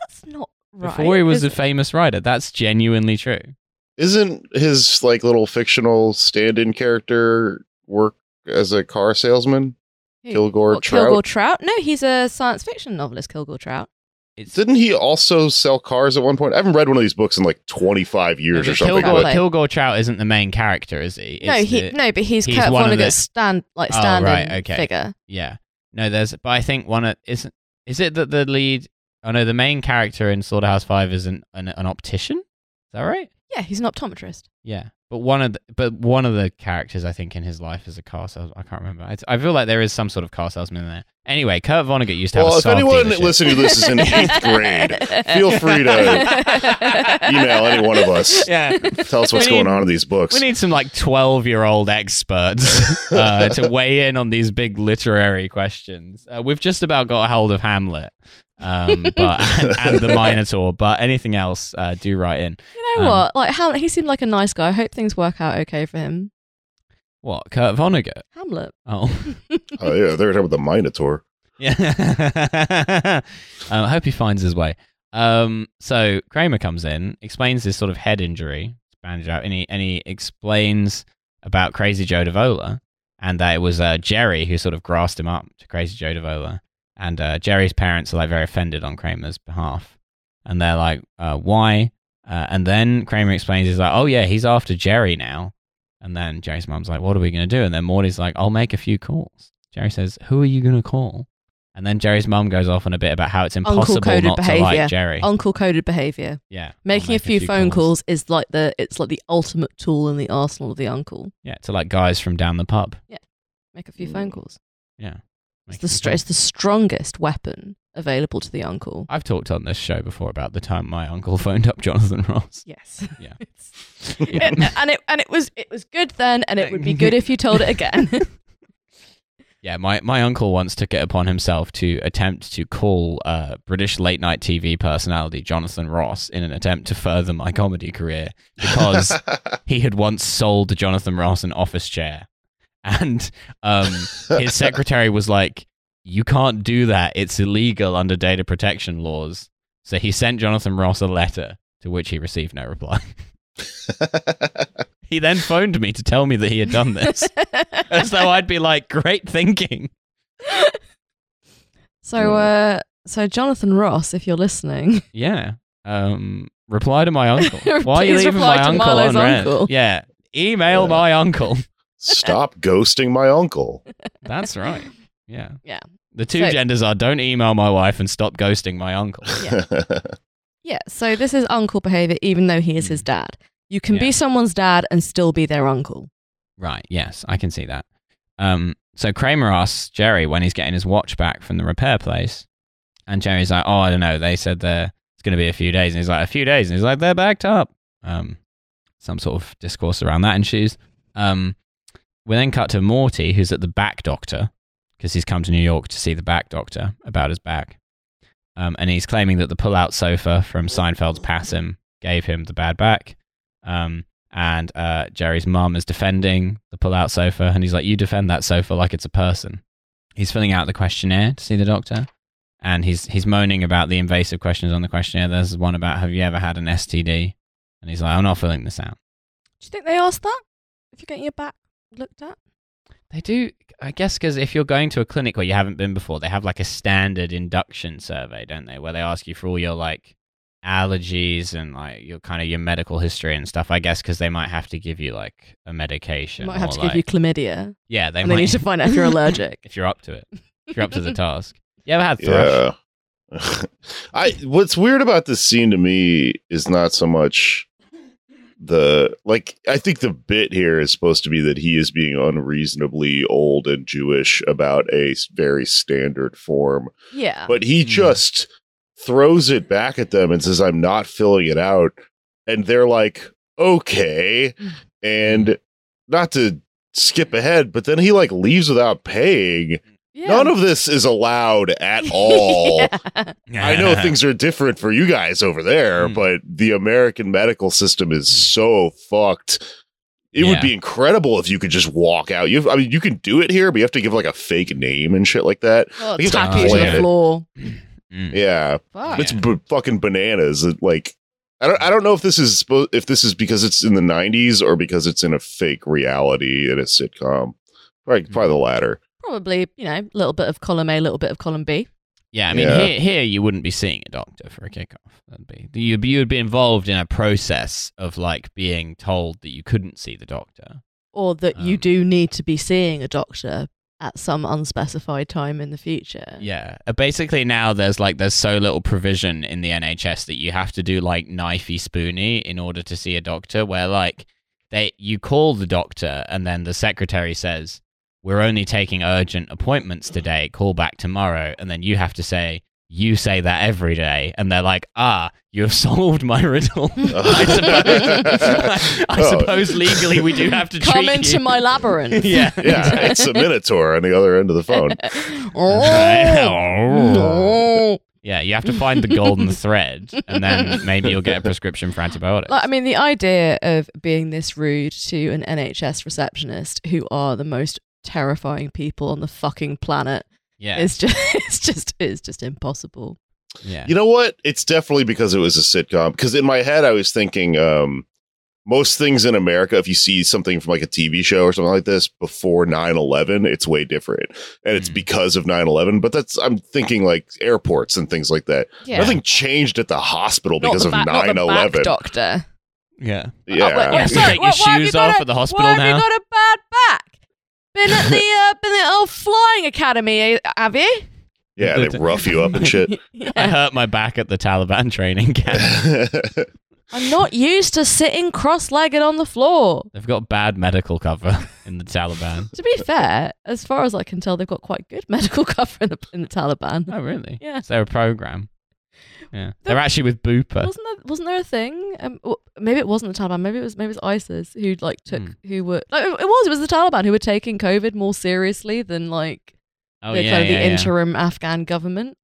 Speaker 2: That's not right.
Speaker 1: before he was
Speaker 2: is
Speaker 1: a
Speaker 2: it?
Speaker 1: famous writer. That's genuinely true.
Speaker 3: Isn't his like little fictional stand-in character work as a car salesman?
Speaker 2: Who?
Speaker 3: Kilgore
Speaker 2: What,
Speaker 3: Trout.
Speaker 2: Kilgore Trout? No, he's a science fiction novelist, Kilgore Trout.
Speaker 1: It's
Speaker 3: Didn't he also sell cars at one point? I haven't read one of these books in like 25 years or
Speaker 1: but
Speaker 3: something.
Speaker 1: Kilgore,
Speaker 2: like-
Speaker 1: Kilgore Trout isn't the main character, is he?
Speaker 2: no,
Speaker 1: It's
Speaker 2: he
Speaker 1: the-
Speaker 2: no, but he's,
Speaker 1: he's
Speaker 2: Kurt
Speaker 1: one of the-
Speaker 2: Vonnegut's stand like
Speaker 1: Oh,
Speaker 2: standing
Speaker 1: right, okay.
Speaker 2: figure.
Speaker 1: Yeah. No, there's but I think one of- isn't is it that the lead oh no, the main character in Slaughterhouse Five is an, an an optician? Is that right?
Speaker 2: Yeah, he's an optometrist.
Speaker 1: Yeah. But one of the, but one of the characters I think in his life is a car salesman. I can't remember. It's, I feel like there is some sort of car salesman in there. Anyway, Kurt Vonnegut used to have
Speaker 3: well,
Speaker 1: a
Speaker 3: if
Speaker 1: Saab
Speaker 3: anyone
Speaker 1: dealership.
Speaker 3: listening to this is in eighth grade, feel free to email any one of us.
Speaker 1: Yeah.
Speaker 3: Tell us what's
Speaker 1: We
Speaker 3: going
Speaker 1: need-
Speaker 3: on in these books.
Speaker 1: We need some like 12 year old experts uh, to weigh in on these big literary questions. Uh, we've just about got a hold of Hamlet um, but, and, and the Minotaur, but anything else, uh, do write in.
Speaker 2: You know
Speaker 1: Um,
Speaker 2: what? Like Hamlet, he seemed like a nice guy. I hope things work out okay for him.
Speaker 1: What? Kurt Vonnegut?
Speaker 2: Hamlet.
Speaker 1: Oh,
Speaker 3: Oh, yeah, they're talking about the Minotaur.
Speaker 1: yeah. um, I hope he finds his way. Um, so Kramer comes in, explains his sort of head injury, it's bandaged out, and he, and he explains about Crazy Joe Davola and that it was uh, Jerry who sort of grassed him up to Crazy Joe Davola. And uh, Jerry's parents are like very offended on Kramer's behalf. And they're like, uh, why? Uh, and then Kramer explains, he's like, oh yeah, he's after Jerry now. And then Jerry's mom's like, what are we going to do? And then Morty's like, I'll make a few calls. Jerry says, who are you going to call? And then Jerry's mum goes off on a bit about how it's impossible
Speaker 2: Uncle-coded
Speaker 1: not to
Speaker 2: behavior.
Speaker 1: like Jerry.
Speaker 2: Uncle coded behavior.
Speaker 1: yeah. I'll
Speaker 2: Oh, Making a
Speaker 1: make
Speaker 2: few, phone calls. is like the it's like the ultimate tool in the arsenal of the uncle.
Speaker 1: Yeah, to like guys from down the pub.
Speaker 2: Make a few phone calls.
Speaker 1: Yeah.
Speaker 2: It's
Speaker 1: Make
Speaker 2: the
Speaker 1: a few
Speaker 2: str-
Speaker 1: calls.
Speaker 2: it's the strongest weapon available to the uncle.
Speaker 1: I've talked on this show before about the time my uncle phoned up Jonathan Ross.
Speaker 2: Yes.
Speaker 1: Yeah.
Speaker 2: It's- it- and it and it was it was good then, and it would be good if you told it again.
Speaker 1: Yeah, my, my uncle once took it upon himself to attempt to call uh, British late night TV personality Jonathan Ross in an attempt to further my comedy career because he had once sold Jonathan Ross an office chair. And um, his secretary was like, You can't do that. It's illegal under data protection laws. So he sent Jonathan Ross a letter to which he received no reply. he then phoned me to tell me that he had done this. As though I'd be like, Great thinking.
Speaker 2: so uh so Jonathan Ross, if you're listening,
Speaker 1: Yeah. Um, reply to my uncle. Why are you
Speaker 2: Please
Speaker 1: leaving
Speaker 2: reply
Speaker 1: my
Speaker 2: to
Speaker 1: uncle
Speaker 2: Marlo's
Speaker 1: unread?
Speaker 2: uncle.
Speaker 1: Yeah. Email
Speaker 3: Yeah.
Speaker 1: my uncle.
Speaker 3: Stop ghosting my uncle.
Speaker 1: That's right. Yeah.
Speaker 2: Yeah.
Speaker 1: The two
Speaker 2: So-
Speaker 1: genders are don't email my wife and stop ghosting my uncle.
Speaker 2: Yeah. Yeah, so this is uncle behavior, even though he is
Speaker 3: Mm.
Speaker 2: his dad. You can
Speaker 1: Yeah.
Speaker 2: be someone's dad and still be their uncle.
Speaker 1: Right. Yes, I can see that. Um, so Kramer asks Jerry when he's getting his watch back from the repair place, and Jerry's like, "Oh, I don't know. They said there it's going to be a few days," and he's like, "A few days," and he's like, "They're backed up." Um, some sort of discourse around that ensues. Um, we then cut to Morty, who's at the back doctor because he's come to New York to see the back doctor about his back, um, and he's claiming that the pull-out sofa from Seinfeld's Pass Him gave him the bad back. Um, and uh, Jerry's mum is defending the pull-out sofa, and he's like, "You defend that sofa like it's a person." He's filling out the questionnaire to see the doctor, and he's he's moaning about the invasive questions on the questionnaire. There's one about, "Have you ever had an STD?" And he's like, "I'm not filling this out."
Speaker 2: Do you think they asked that? If you're getting your back looked at?
Speaker 1: They do, I guess, because if you're going to a clinic where you haven't been before, they have like a standard induction survey, don't they? Where they ask you for all your like allergies and like your kind of your medical history and stuff. I guess because they might have to give you like a medication.
Speaker 2: You might have
Speaker 1: or,
Speaker 2: to
Speaker 1: like-
Speaker 2: give you chlamydia.
Speaker 1: Yeah, they
Speaker 2: and
Speaker 1: might
Speaker 2: they need to find out if you're allergic.
Speaker 1: if you're up to it, if you're up to the task. You ever had thrush?
Speaker 3: yeah. I what's weird about this scene to me is not so much the like I think the bit here is supposed to be that he is being unreasonably old and Jewish about a very standard form
Speaker 2: yeah.
Speaker 3: but he
Speaker 1: Mm.
Speaker 3: just throws it back at them and says i'm not filling it out and they're like okay and not to skip ahead, but then he like leaves without paying.
Speaker 2: Yeah.
Speaker 3: None of this is allowed at all.
Speaker 2: Yeah.
Speaker 3: I know things are different for you guys over there,
Speaker 1: Mm.
Speaker 3: but the American medical system is so fucked. It would
Speaker 1: Yeah.
Speaker 3: be incredible if you could just walk out. You, I mean, you can do it here, but you have to give like a fake name and shit like that.
Speaker 2: Well,
Speaker 3: He's
Speaker 2: tap
Speaker 1: not
Speaker 2: you to
Speaker 1: playing
Speaker 2: the
Speaker 1: it.
Speaker 2: floor.
Speaker 1: Mm.
Speaker 3: Yeah,
Speaker 2: Fuck.
Speaker 3: it's b- fucking bananas. It, like, I don't, I don't know if this is spo- if this is because it's in the '90s or because it's in a fake reality in a sitcom. Probably, probably the latter.
Speaker 2: Probably, you know, a little bit of column A, a little bit of column B.
Speaker 1: Yeah, I mean,
Speaker 3: Yeah.
Speaker 1: here here you wouldn't be seeing a doctor for a kickoff. That'd be you'd be, you'd be involved in a process of like being told that you couldn't see the doctor.
Speaker 2: Or that you
Speaker 1: Um,
Speaker 2: do need to be seeing a doctor at some unspecified time in the future.
Speaker 1: Yeah, Uh, basically now there's like there's so little provision in the NHS that you have to do like knifey spoony in order to see a doctor. Where like they you call the doctor and then the secretary says we're only taking urgent appointments today. Call back tomorrow, and then you have to say. You say that every day, and they're like, "Ah, you have solved my riddle." I suppose, I
Speaker 3: Oh.
Speaker 1: suppose legally we do have to
Speaker 2: Come
Speaker 1: treat
Speaker 2: into
Speaker 1: you.
Speaker 2: my labyrinth.
Speaker 1: yeah.
Speaker 3: Yeah, it's a minotaur on the other end of the phone.
Speaker 2: oh, no.
Speaker 1: Yeah, you have to find the golden thread, and then maybe you'll get a prescription for antibiotics.
Speaker 2: Like, I mean, the idea of being this rude to an NHS receptionist, who are the most terrifying people on the fucking planet,
Speaker 1: yeah,
Speaker 2: is just it's just it's just impossible.
Speaker 1: yeah,
Speaker 3: You know what? It's definitely because it was a sitcom. Because in my head, I was thinking um, most things in America, if you see something from like a TV show or something like this before 9 11, it's way different. And it's
Speaker 1: Mm.
Speaker 3: because of 9 11. But that's, I'm thinking like airports and things like that.
Speaker 2: Yeah.
Speaker 3: Nothing changed at the hospital
Speaker 2: Not
Speaker 3: because
Speaker 2: the
Speaker 3: of
Speaker 2: back-
Speaker 3: 9
Speaker 2: not the back
Speaker 3: 11.
Speaker 2: Doctor.
Speaker 1: yeah.
Speaker 3: Yeah.
Speaker 2: Oh, wait,
Speaker 1: You
Speaker 2: wait,
Speaker 1: have to
Speaker 2: sorry,
Speaker 1: take your
Speaker 2: what- why have you
Speaker 1: shoes
Speaker 2: got
Speaker 1: off
Speaker 2: a-
Speaker 1: at the hospital
Speaker 2: why have
Speaker 1: now.
Speaker 2: you got a bad back? Been at the uh, been at the old flying academy, eh, have you?
Speaker 3: yeah. They rough you up and shit.
Speaker 1: I
Speaker 2: Yeah.
Speaker 1: hurt my back at the Taliban training camp.
Speaker 2: I'm not used to sitting cross-legged on the floor.
Speaker 1: They've got bad medical cover in the Taliban.
Speaker 2: To be fair, as far as I can tell, they've got quite good medical cover in the, in the Taliban.
Speaker 1: Oh, really?
Speaker 2: Yeah.
Speaker 1: Is there a program? Yeah, they're actually with Booper.
Speaker 2: Wasn't there wasn't there a thing? Um, w- maybe it wasn't the Taliban. Maybe it was maybe it was ISIS who like took
Speaker 1: Hmm.
Speaker 2: who were like, it it was it was the Taliban who were taking COVID more seriously than like
Speaker 1: Oh,
Speaker 2: the,
Speaker 1: yeah,
Speaker 2: kind of
Speaker 1: yeah,
Speaker 2: the
Speaker 1: yeah.
Speaker 2: interim Afghan government.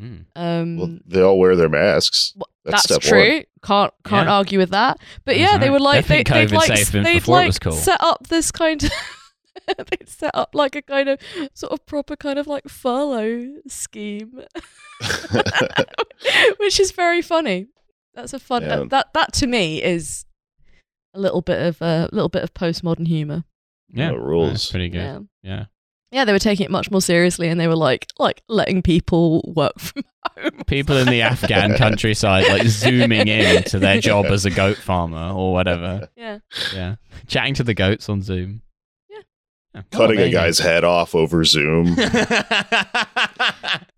Speaker 1: Mm.
Speaker 2: Um,
Speaker 3: well, they all wear their masks.
Speaker 2: Well,
Speaker 3: That's step
Speaker 2: that's true. Can't can't
Speaker 1: Yeah.
Speaker 2: argue with that. But
Speaker 1: That's
Speaker 2: yeah, they
Speaker 1: right.
Speaker 2: were like
Speaker 1: They
Speaker 2: they,
Speaker 1: think
Speaker 2: they'd
Speaker 1: COVID
Speaker 2: like
Speaker 1: saved them
Speaker 2: they'd
Speaker 1: before it
Speaker 2: like
Speaker 1: was cool.
Speaker 2: set up this kind of they'd set up like a kind of sort of proper kind of like furlough scheme, which is very funny. That's a fun
Speaker 3: Yeah.
Speaker 2: that, that that to me is a little bit of a little bit of postmodern humor.
Speaker 1: Yeah,
Speaker 3: The rules.
Speaker 1: Yeah, pretty good.
Speaker 2: Yeah.
Speaker 1: yeah.
Speaker 2: Yeah, they were taking it much more seriously, and they were like, like letting people work from home.
Speaker 1: people in the Afghan countryside like zooming in to their job as a goat farmer or whatever.
Speaker 2: Yeah,
Speaker 1: Yeah, chatting to the goats on Zoom.
Speaker 2: Yeah.
Speaker 1: Yeah.
Speaker 3: Cutting
Speaker 1: Oh, there
Speaker 3: a
Speaker 1: you go.
Speaker 3: guy's head off over Zoom.
Speaker 2: it's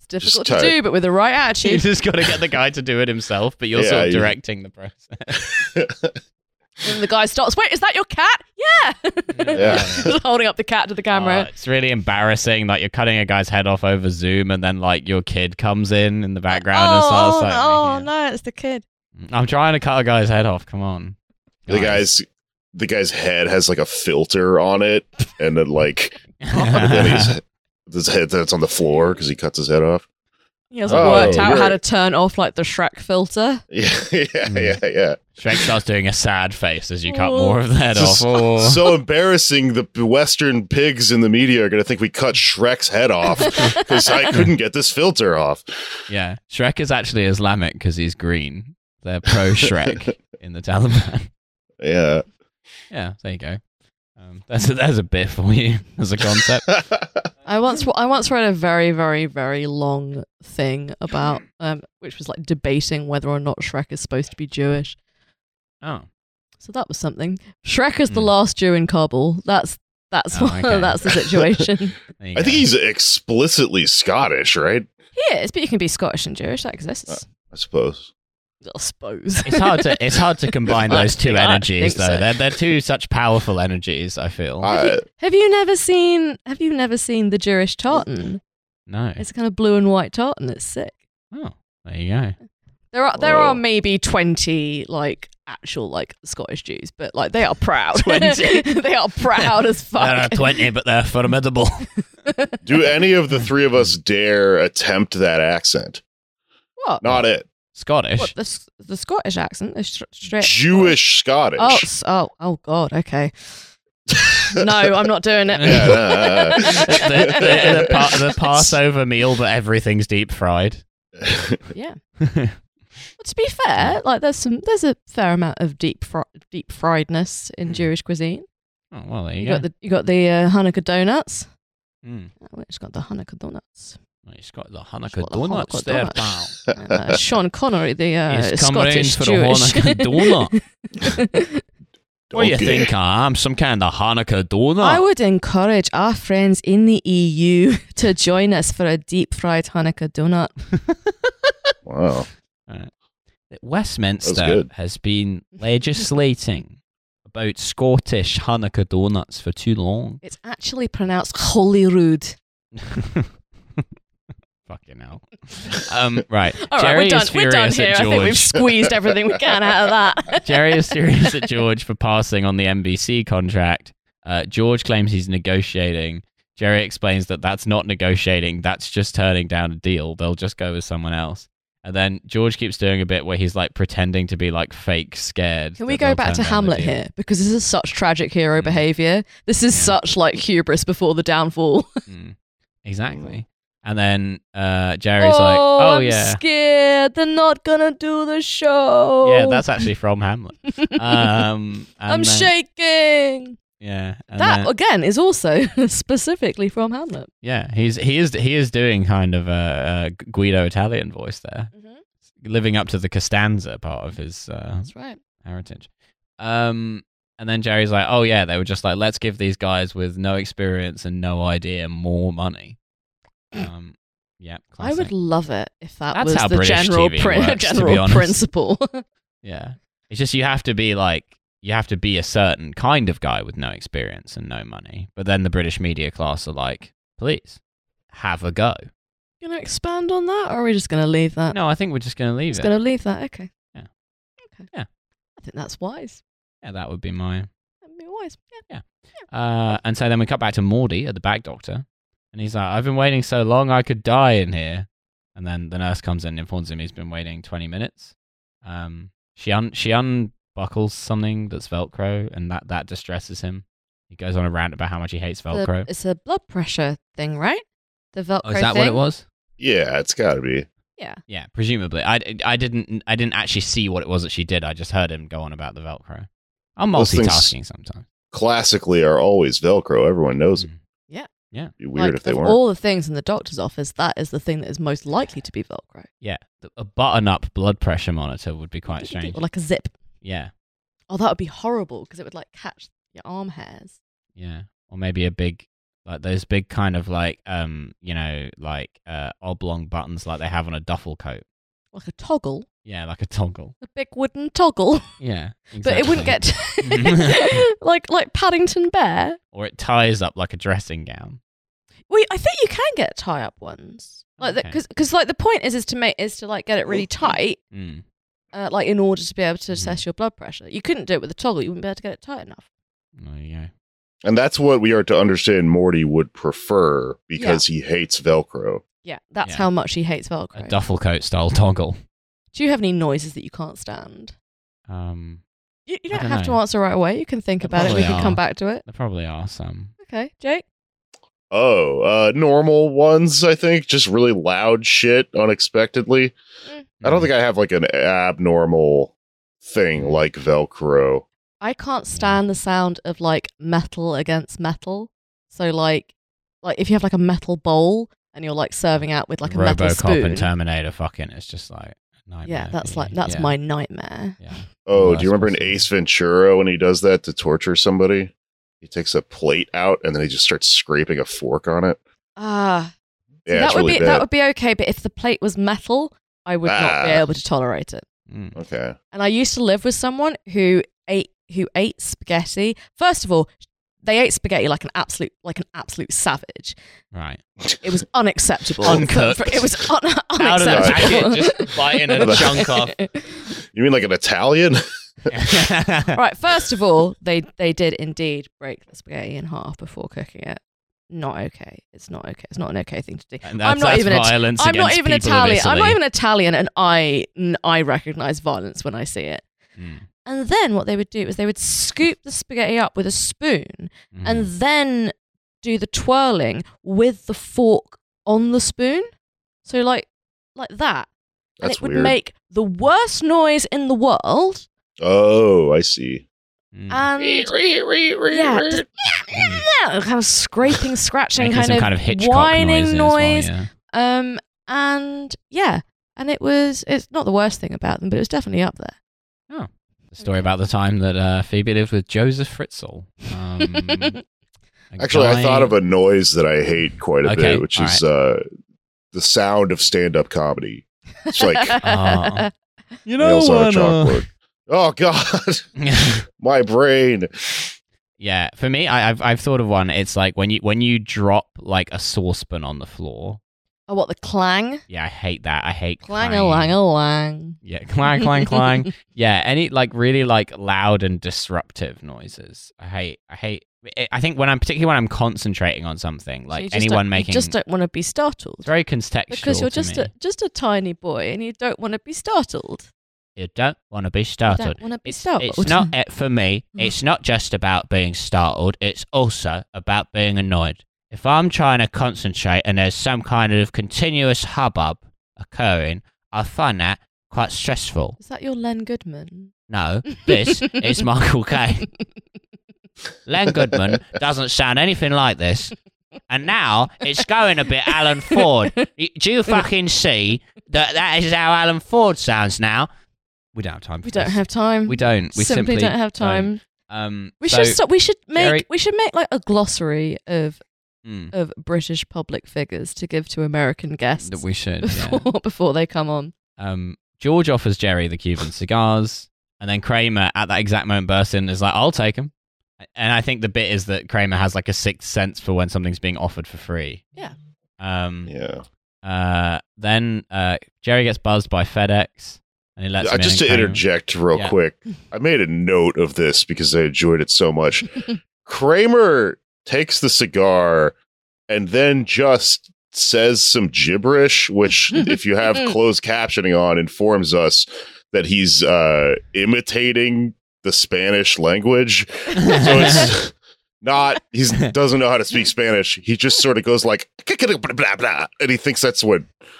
Speaker 2: difficult
Speaker 3: tight.
Speaker 2: to do, but with the right
Speaker 1: you
Speaker 2: attitude,
Speaker 1: just got to get the guy to do it himself, but you're
Speaker 3: Yeah,
Speaker 1: sort of
Speaker 3: you-
Speaker 1: directing the process.
Speaker 2: And the guy stops. Wait, is that your cat? Yeah.
Speaker 3: Yeah.
Speaker 2: Just holding up the cat to the
Speaker 1: Oh,
Speaker 2: camera.
Speaker 1: it's really embarrassing. Like you're cutting a guy's head off over Zoom, and then like your kid comes in in the background and starts
Speaker 2: oh,
Speaker 1: like,
Speaker 2: oh,
Speaker 1: making
Speaker 2: no, it's the kid.
Speaker 1: it. I'm trying to cut a guy's head off. Come on,
Speaker 3: the guy's the guy's head has like a filter on it, and then like then he's, his head that's on the floor because he cuts his head off.
Speaker 2: He hasn't
Speaker 3: Oh,
Speaker 2: worked out how
Speaker 3: you're-
Speaker 2: to turn off like the Shrek filter.
Speaker 3: Yeah, yeah, yeah, yeah.
Speaker 1: Shrek starts doing a sad face as you cut
Speaker 2: Oh.
Speaker 1: more of the head
Speaker 3: Just-
Speaker 1: off. Oh.
Speaker 3: So embarrassing. The Western pigs in the media are going to think we cut Shrek's head off because I couldn't get this filter off.
Speaker 1: Yeah, Shrek is actually Islamic because he's green. They're pro Shrek in the Taliban.
Speaker 3: Yeah.
Speaker 1: Yeah, there you go. Um, that's a, that's a bit for you as a concept.
Speaker 2: I once I once read a very very very long thing about um, which was like debating whether or not Shrek is supposed to be Jewish.
Speaker 1: Oh,
Speaker 2: So that was something. Shrek is the
Speaker 1: Hmm.
Speaker 2: last Jew in Kabul. That's that's
Speaker 1: Oh,
Speaker 2: what,
Speaker 1: okay.
Speaker 2: that's the situation.
Speaker 1: there you
Speaker 3: I
Speaker 1: go.
Speaker 3: think he's explicitly Scottish, right?
Speaker 2: he is, but you can be Scottish and Jewish. That exists,
Speaker 3: I suppose. Uh,
Speaker 2: I suppose.
Speaker 1: It's hard to it's hard to combine
Speaker 2: I
Speaker 1: those two
Speaker 2: think- I
Speaker 1: energies
Speaker 2: think
Speaker 1: though.
Speaker 2: so. Uh,
Speaker 1: They're they're two such powerful energies. I
Speaker 2: Oh.
Speaker 1: feel
Speaker 3: I,
Speaker 2: Have you never seen Have you never seen the Jewish tartan?
Speaker 1: no.
Speaker 2: It's a kind of blue and white tartan. It's sick.
Speaker 1: Oh, there you go.
Speaker 2: There are there
Speaker 3: Oh.
Speaker 2: are maybe twenty like actual like Scottish Jews, but like they are proud.
Speaker 1: 20?
Speaker 2: they are proud as
Speaker 1: There are
Speaker 2: fuck.
Speaker 1: 20, but they're formidable.
Speaker 3: Do any of the three of us dare attempt that accent?
Speaker 2: What?
Speaker 3: Not it.
Speaker 1: Scottish.
Speaker 2: What, the, S- the Scottish accent is str- straight.
Speaker 3: Jewish Scottish.
Speaker 2: Oh, s- oh, oh, God. Okay. No, I'm not doing it.
Speaker 1: Yeah,
Speaker 3: nah,
Speaker 1: the, the, the, pa- the Passover meal, but everything's deep fried.
Speaker 2: Yeah.
Speaker 1: Oh,
Speaker 2: But to be fair, like there's some there's a fair amount of deep fr- deep friedness in
Speaker 1: Mm.
Speaker 2: Jewish cuisine.
Speaker 1: Oh, well, there you,
Speaker 2: You
Speaker 1: go.
Speaker 2: got the you got the uh, Hanukkah donuts.
Speaker 1: Mm.
Speaker 2: Oh, we just got the Hanukkah donuts.
Speaker 1: Well, It's got the
Speaker 2: It's
Speaker 1: Hanukkah
Speaker 2: got the
Speaker 1: donuts
Speaker 2: Hanukkah
Speaker 1: there,
Speaker 2: donuts.
Speaker 1: pal.
Speaker 2: And, uh, Sean Connery, the uh,
Speaker 1: He's come round
Speaker 2: Scottish
Speaker 1: for the
Speaker 2: Jewish.
Speaker 1: Hanukkah donut. What do you
Speaker 3: Okay.
Speaker 1: think I am? Some kind of Hanukkah donut?
Speaker 2: I would encourage our friends in the EU to join us for a deep fried Hanukkah donut.
Speaker 3: Wow.
Speaker 1: that
Speaker 3: That's
Speaker 1: Westminster
Speaker 3: good.
Speaker 1: has been legislating about Scottish Hanukkah donuts for too long.
Speaker 2: It's actually pronounced Holyrood.
Speaker 1: Fucking hell. Um, right.
Speaker 2: All right,
Speaker 1: Jerry
Speaker 2: we're done.
Speaker 1: is
Speaker 2: We're
Speaker 1: furious
Speaker 2: done here.
Speaker 1: at
Speaker 2: I think we've
Speaker 1: George.
Speaker 2: squeezed everything we can out of that.
Speaker 1: Jerry is furious at George for passing on the NBC contract. Uh, George claims he's negotiating. Jerry explains that that's not negotiating, that's just turning down a deal. They'll just go with someone else. And then George keeps doing a bit where he's like pretending to be like fake scared. that
Speaker 2: Can we go
Speaker 1: they'll
Speaker 2: back
Speaker 1: turn
Speaker 2: to
Speaker 1: down the
Speaker 2: Hamlet
Speaker 1: deal.
Speaker 2: here? Because this is such tragic hero
Speaker 1: Mm.
Speaker 2: behavior. This is
Speaker 1: Yeah.
Speaker 2: such like hubris before the downfall.
Speaker 1: Mm, exactly. And then uh, Jerry's like,
Speaker 2: oh,
Speaker 1: "Oh
Speaker 2: I'm
Speaker 1: yeah,
Speaker 2: scared. They're not gonna do the show.
Speaker 1: yeah, that's actually from Hamlet."
Speaker 2: uh,
Speaker 1: Um, and
Speaker 2: I'm
Speaker 1: then-
Speaker 2: shaking.
Speaker 1: Yeah, and
Speaker 2: that
Speaker 1: then-
Speaker 2: again is also specifically from Hamlet.
Speaker 1: yeah, he's he is he is doing kind of a, a Guido Italian voice there,
Speaker 2: Mm-hmm.
Speaker 1: living up to the Costanza part of his uh,
Speaker 2: That's right.
Speaker 1: heritage. Um, and then Jerry's like, "Oh yeah, they were just like, let's give these guys with no experience and no idea more money." Um, yeah,
Speaker 2: I
Speaker 1: classic.
Speaker 2: would love it if that
Speaker 1: That's
Speaker 2: was
Speaker 1: how
Speaker 2: the
Speaker 1: British
Speaker 2: general
Speaker 1: TV
Speaker 2: prin-
Speaker 1: works, to be
Speaker 2: general
Speaker 1: honest.
Speaker 2: principle.
Speaker 1: Yeah. It's just you have to be like you have to be a certain kind of guy with no experience and no money. But then the British media class are like, please have a go.
Speaker 2: gonna expand on that, or are we just gonna leave that?
Speaker 1: No, I think we're just going to leave
Speaker 2: just
Speaker 1: it.
Speaker 2: gonna leave that. Okay.
Speaker 1: Yeah.
Speaker 2: Okay.
Speaker 1: Yeah.
Speaker 2: I think that's wise.
Speaker 1: Yeah, that would be my.
Speaker 2: That'd be wise. Yeah.
Speaker 1: Uh, and so then we cut back to Morty at the back doctor, and he's like, "I've been waiting so long, I could die in here." And then the nurse comes in and informs him he's been waiting twenty minutes. Um, she un- she unbuckles something that's Velcro, and that that distresses him. He goes on a rant about how much he hates
Speaker 2: The-
Speaker 1: Velcro.
Speaker 2: it's a blood pressure thing, right? The Velcro
Speaker 1: Oh, is that
Speaker 2: thing.
Speaker 1: what it was?
Speaker 3: Yeah, it's got to be.
Speaker 2: Yeah.
Speaker 1: Yeah, presumably. I, I didn't I didn't actually see what it was that she did. I just heard him go on about the Velcro. I'm
Speaker 3: Those things-
Speaker 1: multitasking sometimes.
Speaker 3: Classically, are always Velcro. Everyone knows it.
Speaker 1: Mm.
Speaker 3: It'd be weird
Speaker 2: Like,
Speaker 3: if they
Speaker 2: of
Speaker 3: weren't.
Speaker 2: All the things in the doctor's office, that is the thing that is most likely to be Velcro.
Speaker 1: Yeah, th- a button-up blood pressure monitor would be quite strange.
Speaker 2: Or like a zip.
Speaker 1: Yeah,
Speaker 2: Oh, that would be horrible because it would like catch your arm hairs.
Speaker 1: yeah, or maybe a big like those big kind of like um you know like uh oblong buttons like they have on a duffel coat.
Speaker 2: Like a toggle,
Speaker 1: Yeah, like a toggle.
Speaker 2: a big wooden toggle,
Speaker 1: Yeah,
Speaker 2: but it wouldn't
Speaker 1: exactly.
Speaker 2: get like like Paddington Bear.
Speaker 1: or it ties up like a dressing gown.
Speaker 2: Wait, I think you can get tie up ones. Like
Speaker 1: Okay.
Speaker 2: because because like the point is is to make is to like get it really tight,
Speaker 1: Mm.
Speaker 2: uh, like in order to be able to
Speaker 1: Mhm.
Speaker 2: assess your blood pressure. You couldn't do it with a toggle; you wouldn't be able to get it tight enough.
Speaker 1: There you go.
Speaker 3: and that's what we are to understand Morty would prefer because he hates Velcro.
Speaker 2: Yeah, that's
Speaker 1: Yeah.
Speaker 2: how much he hates Velcro.
Speaker 1: A duffel coat style toggle.
Speaker 2: Do you have any noises that you can't stand?
Speaker 1: Um,
Speaker 2: You, you
Speaker 1: I
Speaker 2: don't
Speaker 1: don't
Speaker 2: have to
Speaker 1: know.
Speaker 2: answer right away. You can think
Speaker 1: There
Speaker 2: about it. We
Speaker 1: probably
Speaker 2: can come
Speaker 1: are.
Speaker 2: back to it.
Speaker 1: there probably are some.
Speaker 2: Okay, Jake.
Speaker 3: Oh, uh, normal ones, I think. Just really loud shit unexpectedly. I
Speaker 1: Mm-hmm.
Speaker 3: don't think I have like an abnormal thing like Velcro.
Speaker 2: I can't stand the sound of like metal against metal. So like, like if you have like a metal bowl and you're like serving out with like a metal
Speaker 1: RoboCop
Speaker 2: spoon.
Speaker 1: and Terminator fucking it's just like a nightmare.
Speaker 2: yeah, that's
Speaker 1: for
Speaker 2: like
Speaker 1: you.
Speaker 2: that's
Speaker 1: yeah.
Speaker 2: my nightmare.
Speaker 1: Yeah.
Speaker 3: Oh, do
Speaker 1: Oh,
Speaker 3: you
Speaker 1: that's
Speaker 3: remember in
Speaker 1: awesome.
Speaker 3: Ace Ventura when he does that to torture somebody? He takes a plate out and then he just starts scraping a fork on it.
Speaker 2: Ah, see,
Speaker 3: Yeah,
Speaker 2: that
Speaker 3: it's
Speaker 2: would
Speaker 3: really
Speaker 2: be
Speaker 3: bad.
Speaker 2: that would be okay. But if the plate was metal, I would not be
Speaker 3: Ah.
Speaker 2: able to tolerate it.
Speaker 1: Mm.
Speaker 3: okay.
Speaker 2: And I used to live with someone who ate who ate spaghetti. First of all, they ate spaghetti like an absolute like an absolute savage.
Speaker 1: Right.
Speaker 2: It was unacceptable.
Speaker 1: Uncooked.
Speaker 2: For- for- it was un-
Speaker 1: Out of the
Speaker 2: unacceptable.
Speaker 1: packet, just biting a chunk off.
Speaker 3: You mean like an Italian?
Speaker 2: right. First of all, they they did indeed break the spaghetti in half before cooking it. Not okay. It's not okay. It's not an okay thing to do.
Speaker 1: And that's,
Speaker 2: I'm not
Speaker 1: that's
Speaker 2: even Ita-
Speaker 1: violence
Speaker 2: I'm not
Speaker 1: against
Speaker 2: even
Speaker 1: people of
Speaker 2: Italian. I'm not
Speaker 1: Italy.
Speaker 2: even Italian, and I n- I recognize violence when I see it.
Speaker 1: Mm,
Speaker 2: And then what they would do is they would scoop the spaghetti up with a spoon,
Speaker 1: mm.
Speaker 2: and then do the twirling with the fork on the spoon. So like like that. and
Speaker 3: That's
Speaker 2: it would
Speaker 3: weird.
Speaker 2: make the worst noise in the world.
Speaker 3: oh, I see.
Speaker 1: Mm.
Speaker 2: And Um, yeah, just,
Speaker 1: Mm.
Speaker 2: kind of scraping, scratching,
Speaker 1: Making
Speaker 2: kind
Speaker 1: some
Speaker 2: of,
Speaker 1: kind of Hitchcock noise.
Speaker 2: whining
Speaker 1: as well,
Speaker 2: noise.
Speaker 1: yeah.
Speaker 2: Um, and yeah, and it was it's not the worst thing about them, but it was definitely up there.
Speaker 1: The story about the time that uh, Phoebe lived with Joseph Fritzl. Um, a
Speaker 3: Actually, I
Speaker 1: guy-
Speaker 3: thought of a noise that I hate quite a
Speaker 1: Okay,
Speaker 3: bit, which
Speaker 1: all
Speaker 3: is uh, the sound of stand-up comedy. It's like
Speaker 1: Oh. You
Speaker 3: nails on a chalkboard. Oh God, my brain.
Speaker 1: Yeah, for me, I, I've I've thought of one. It's like when you when you drop like a saucepan on the floor.
Speaker 2: oh, what the clang,
Speaker 1: Yeah, I hate that. I hate
Speaker 2: clang a lang a lang.
Speaker 1: Yeah, clang clang clang. Yeah, any like really like loud and disruptive noises. I hate. I hate. eh, I- I think when I'm particularly when I'm concentrating on something,
Speaker 2: So you
Speaker 1: like
Speaker 2: just don't-
Speaker 1: anyone making
Speaker 2: you just don't want to be startled
Speaker 1: it's very contextual
Speaker 2: because you're
Speaker 1: to
Speaker 2: just
Speaker 1: me.
Speaker 2: a, just a tiny boy and you don't want to be startled.
Speaker 1: you don't want to be
Speaker 2: You
Speaker 1: startled.
Speaker 2: don't want to be
Speaker 1: It's,
Speaker 2: startled. Mm-hmm.
Speaker 1: it's not it for me. It's not just about being startled. It's also about being annoyed. If I'm trying to concentrate and there's some kind of continuous hubbub occurring, I find that quite stressful.
Speaker 2: Is that your Len Goodman?
Speaker 1: No, this is Michael Caine. Len Goodman doesn't sound anything like this. And now it's going a bit Alan Ford. Y- Do you fucking see that that is how Alan Ford sounds now? We don't have time for
Speaker 2: We don't
Speaker 1: this.
Speaker 2: have time.
Speaker 1: We don't. We simply,
Speaker 2: simply, don't have time.
Speaker 1: don't. Um,
Speaker 2: We
Speaker 1: so-
Speaker 2: should stop. We should make.
Speaker 1: Jerry-
Speaker 2: we should make like a glossary of
Speaker 1: Mm,
Speaker 2: of British public figures to give to American guests
Speaker 1: that we should. Yeah.
Speaker 2: before before they come on.
Speaker 1: Um, George offers Jerry the Cuban cigars, and then Kramer at that exact moment bursts in and is like, "I'll take them." And I think the bit is that Kramer has like a sixth sense for when something's being offered for free.
Speaker 2: Yeah.
Speaker 1: Um.
Speaker 3: Yeah,
Speaker 1: Uh. Then uh, Jerry gets buzzed by FedEx, and he lets
Speaker 3: Uh,
Speaker 1: him in
Speaker 3: just
Speaker 1: and
Speaker 3: to
Speaker 1: Kramer-
Speaker 3: interject real
Speaker 1: Yeah.
Speaker 3: quick, I made a note of this because I enjoyed it so much. Kramer takes the cigar and then just says some gibberish, which, if you have closed captioning on, informs us that he's uh, imitating the Spanish language. So it's not he's doesn't know how to speak Spanish. He just sort of goes like blah blah blah, and he thinks that's what
Speaker 2: I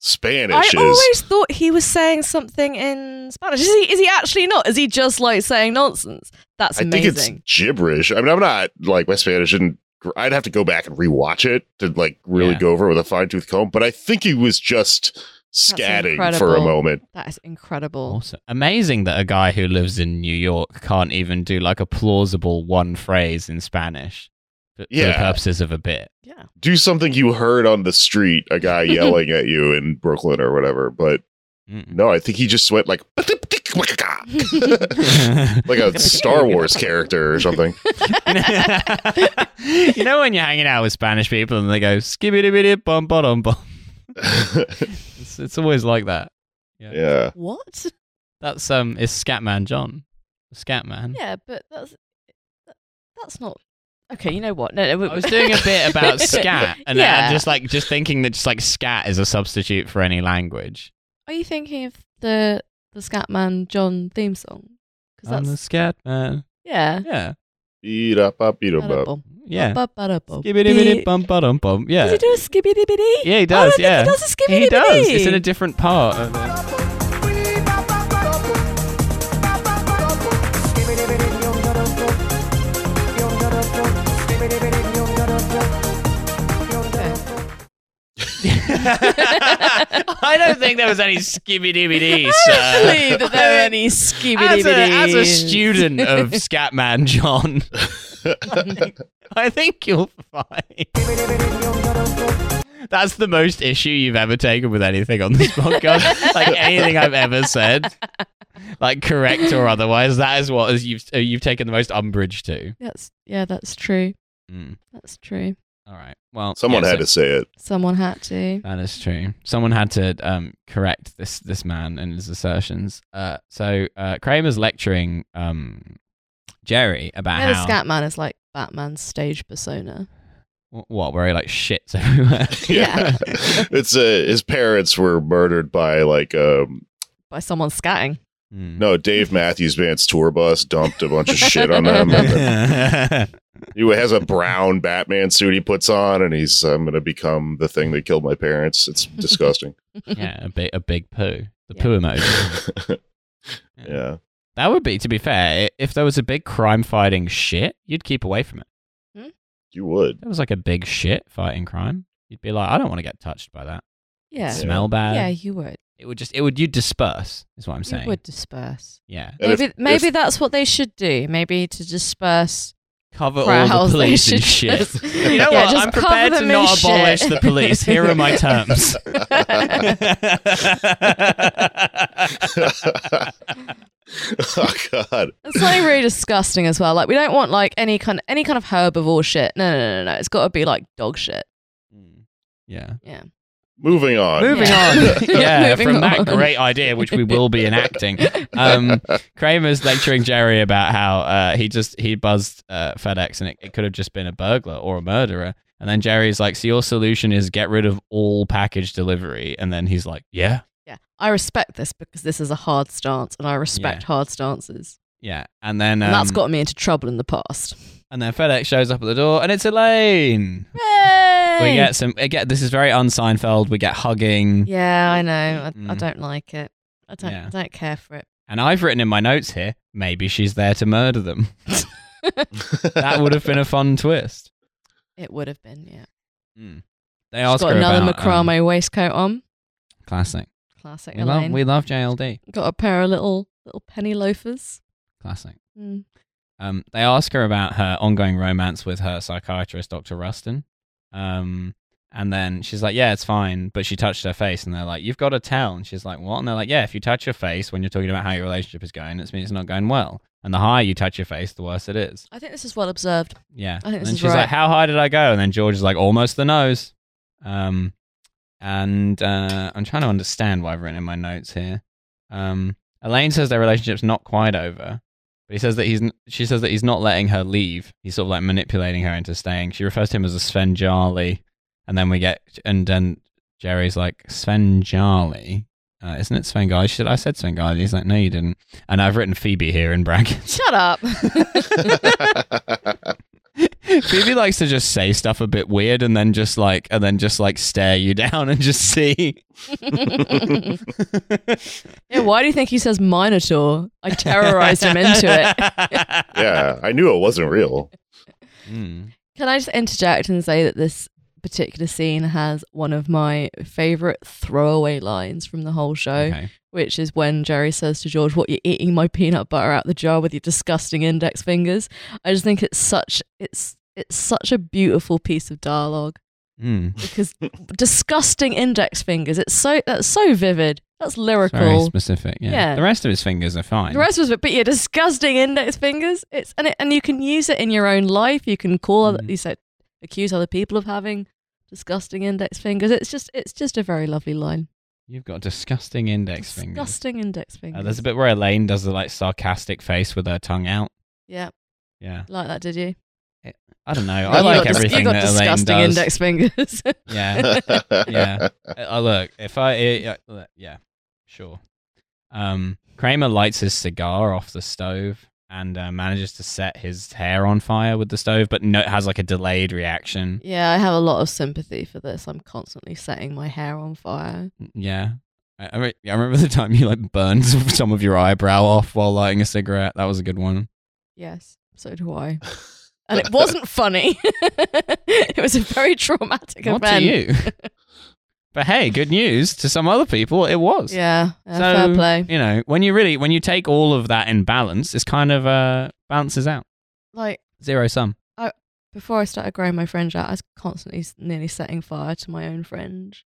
Speaker 3: Spanish is.
Speaker 2: always thought he was saying something in Spanish. Is he? Is he actually not? Is he just like saying nonsense? That's
Speaker 3: I think
Speaker 2: amazing.
Speaker 3: it's gibberish. I mean, I'm not like my Spanish didn't. I'd have to go back and rewatch it to like really
Speaker 1: Yeah.
Speaker 3: go over it with a fine tooth comb. But I think he was just scatting for a
Speaker 2: incredible.
Speaker 3: moment.
Speaker 2: that is incredible.
Speaker 1: Awesome. Amazing that a guy who lives in New York can't even do like a plausible one phrase in Spanish for, for the
Speaker 3: Yeah.
Speaker 1: purposes of a bit.
Speaker 2: Yeah.
Speaker 3: Do something you heard on the street, a guy yelling at you in Brooklyn or whatever. But
Speaker 2: Hmm.
Speaker 1: Mm.
Speaker 3: no, I think he just went like like a Star Wars character or something.
Speaker 1: you know when you're hanging out with Spanish people and they go skibidi bidi bum bum bum. It's, it's always like that.
Speaker 3: yeah,
Speaker 2: What?
Speaker 1: That's um, it's Scatman John, Scatman.
Speaker 2: Yeah, but that's that- that's not okay. You know what? No, no
Speaker 1: I was doing a bit about scat, and then
Speaker 2: yeah.
Speaker 1: I'm just like just thinking that just like scat is a substitute for any language.
Speaker 2: Are you thinking of the the Scatman John theme song? Because
Speaker 1: I'm
Speaker 2: that's
Speaker 1: the Scatman.
Speaker 2: yeah.
Speaker 1: Yeah,
Speaker 3: beat up, up, beat up, up.
Speaker 2: Ba-da-bum,
Speaker 1: yeah.
Speaker 2: ba-ba-da-bum.
Speaker 1: Skibbity bitty bum bum bum.
Speaker 2: Does
Speaker 1: Yeah.
Speaker 2: he do a skibbity bitty?
Speaker 1: Yeah, he does. yeah.
Speaker 2: he does a skibbity
Speaker 1: He does. It's in a different part. of it. I don't think there was any skibby sir.
Speaker 2: Believe that there are any skibbity
Speaker 1: uh, As a, as a
Speaker 2: bitties.
Speaker 1: student of Scatman John, I think you'll find that's the most issue you've ever taken with anything on this podcast. like anything I've ever said. like correct or otherwise. That is what is you've uh, you've taken the most umbrage to.
Speaker 2: That's yeah, that's true.
Speaker 1: Mm.
Speaker 2: That's true.
Speaker 1: All right. Well,
Speaker 3: Someone
Speaker 1: yeah,
Speaker 3: had
Speaker 1: so-
Speaker 3: to say it.
Speaker 2: Someone had to.
Speaker 1: That is true. Someone had to um, correct this this man and his assertions. Uh, so uh, Kramer's lecturing um, Jerry about
Speaker 2: Yeah, the
Speaker 1: how
Speaker 2: scat man is like Batman's stage persona.
Speaker 1: wh- what where he like shits everywhere.
Speaker 2: Yeah.
Speaker 3: it's uh, his parents were murdered by like um
Speaker 2: By someone scatting.
Speaker 1: Hmm.
Speaker 3: no Dave Matthews Band's tour bus dumped a bunch of shit on them. And then he has a brown Batman suit he puts on, and he's I'm gonna become the thing that killed my parents. It's disgusting.
Speaker 1: yeah, a big a big poo. The
Speaker 2: Yeah.
Speaker 1: poo emoji.
Speaker 3: yeah,
Speaker 1: That would be, to be fair, i- if there was a big crime fighting shit, you'd keep away from it.
Speaker 3: you would.
Speaker 1: If there was like a big shit fighting crime, you'd be like, I don't want to get touched by that.
Speaker 2: Yeah.
Speaker 3: So-
Speaker 1: Smell bad.
Speaker 2: Yeah, you would.
Speaker 1: It would just, it would, you'd disperse, is what I'm
Speaker 2: You
Speaker 1: saying.
Speaker 2: would disperse.
Speaker 1: Yeah.
Speaker 3: And if-
Speaker 2: maybe maybe
Speaker 3: if-
Speaker 2: that's what they should do. Maybe to disperse
Speaker 1: Cover all
Speaker 2: crowds.
Speaker 1: the
Speaker 2: They
Speaker 1: police
Speaker 2: should
Speaker 1: and shit.
Speaker 2: just-
Speaker 1: You know
Speaker 2: yeah,
Speaker 1: what?
Speaker 2: just
Speaker 1: I'm
Speaker 2: cover
Speaker 1: prepared to
Speaker 2: them in
Speaker 1: not
Speaker 2: shit.
Speaker 1: abolish the police. Here are my terms.
Speaker 3: oh God,
Speaker 2: It's something really disgusting as well. Like we don't want like any kind any kind of herbivore shit. No, no, no, no. no. It's got to be like dog shit.
Speaker 1: yeah.
Speaker 3: moving on.
Speaker 1: Moving
Speaker 2: Yeah.
Speaker 1: on. yeah,
Speaker 2: Moving
Speaker 1: from
Speaker 2: on.
Speaker 1: that great idea, which we will be enacting. Um, Kramer's lecturing Jerry about how uh, he just he buzzed uh, FedEx and it, it could have just been a burglar or a murderer. And then Jerry's like, "So your solution is get rid of all package delivery?" And then he's like, "Yeah,
Speaker 2: Yeah, I respect this because this is a hard stance, and I respect
Speaker 1: Yeah.
Speaker 2: hard stances.
Speaker 1: yeah." And then
Speaker 2: And that's
Speaker 1: um,
Speaker 2: gotten me into trouble in the past.
Speaker 1: and then FedEx shows up at the door, and it's Elaine. We
Speaker 2: Yay!
Speaker 1: get some again. This is very unseinfeld. We get hugging,
Speaker 2: yeah, I know. I, I
Speaker 1: Mm.
Speaker 2: don't like it. I don't.
Speaker 1: Yeah.
Speaker 2: I don't care for it.
Speaker 1: and I've written in my notes here. Maybe she's there to murder them. That would have been a fun twist.
Speaker 2: It would have been. Yeah.
Speaker 1: They
Speaker 2: She's
Speaker 1: ask
Speaker 2: got
Speaker 1: her
Speaker 2: another
Speaker 1: about, um,
Speaker 2: macrame waistcoat on.
Speaker 1: classic.
Speaker 2: Classic
Speaker 1: We love,
Speaker 2: Elaine.
Speaker 1: we love JLD.
Speaker 2: got a pair of little little penny loafers.
Speaker 1: Classic.
Speaker 2: Mm.
Speaker 1: Um, they ask her about her ongoing romance with her psychiatrist, Dr. Rustin. Um, and then she's like, Yeah, it's fine. But she touched her face. And they're like, You've got to tell. And she's like, What? And they're like, Yeah, if you touch your face when you're talking about how your relationship is going, it means it's not going well. And the higher you touch your face, the worse it is.
Speaker 2: I think this is well observed.
Speaker 1: Yeah.
Speaker 2: I think this
Speaker 1: and
Speaker 2: is
Speaker 1: she's like,
Speaker 2: right.
Speaker 1: How high did I go? And then George is like, Almost the nose. Um, and uh, I'm trying to understand what I've written in my notes here. Um, Elaine says their relationship's not quite over, but he says that he's n- she says that he's not letting her leave. He's sort of like manipulating her into staying. She refers to him as a Sven Jarly, and then we get and then Jerry's like Sven Jarly. Uh, isn't it Sven She said, I said Sven He's like, no, you didn't. And I've written Phoebe here in brackets.
Speaker 2: Shut up.
Speaker 1: Phoebe likes to just say stuff a bit weird and then just like and then just like stare you down and just see.
Speaker 2: yeah, why do you think he says Minotaur? I terrorized him into it.
Speaker 1: it.
Speaker 3: yeah, I knew it wasn't real.
Speaker 1: Hmm.
Speaker 2: Can I just interject and say that this particular scene has one of my favorite throwaway lines from the whole show,
Speaker 1: Okay.
Speaker 2: which is when Jerry says to George, "What you're eating my peanut butter out the jar with your disgusting index fingers." I just think it's such it's it's such a beautiful piece of dialogue
Speaker 1: Mm.
Speaker 2: because disgusting index fingers. It's so that's so vivid. That's
Speaker 1: It's Very
Speaker 2: lyrical.
Speaker 1: specific. Yeah.
Speaker 2: Yeah.
Speaker 1: The rest of his fingers are fine.
Speaker 2: The rest was, but your disgusting index fingers. It's and it, and you can use it in your own life. You can call other,
Speaker 1: Mhm.
Speaker 2: you said accuse other people of having disgusting index fingers. It's just it's just a very lovely line.
Speaker 1: You've got disgusting index fingers.
Speaker 2: disgusting index fingers.
Speaker 1: Uh, there's a bit where Elaine does the like sarcastic face with her tongue out.
Speaker 2: Yeah,
Speaker 1: Yeah.
Speaker 2: like that. Did you?
Speaker 1: I don't know.
Speaker 3: I
Speaker 1: I
Speaker 2: you
Speaker 1: like
Speaker 2: got, dis-
Speaker 1: everything
Speaker 2: You got
Speaker 1: that Elaine
Speaker 2: disgusting
Speaker 1: does. Mm.
Speaker 2: index fingers.
Speaker 1: Yeah.
Speaker 3: yeah.
Speaker 1: Uh, uh, look, if I, uh, uh, yeah, sure. Um, Kramer lights his cigar off the stove and uh, manages to set his hair on fire with the stove, but no, it has like a delayed reaction.
Speaker 2: yeah, I have a lot of sympathy for this. I'm constantly setting my hair on fire.
Speaker 1: Yeah, I, I, re- I remember the time you like burned some of your eyebrow off while lighting a cigarette. That was a good one.
Speaker 2: Yes, so do I. And it wasn't funny. it was a very traumatic
Speaker 1: Not
Speaker 2: event.
Speaker 1: to you, but hey, good news to some other people. It was.
Speaker 2: Yeah, yeah,
Speaker 1: So-
Speaker 2: fair play.
Speaker 1: You know, when you really when you take all of that in balance, it's kind of uh balances out
Speaker 2: Like
Speaker 1: zero sum.
Speaker 2: before I started growing my fringe out, I was constantly s- nearly setting fire to my own fringe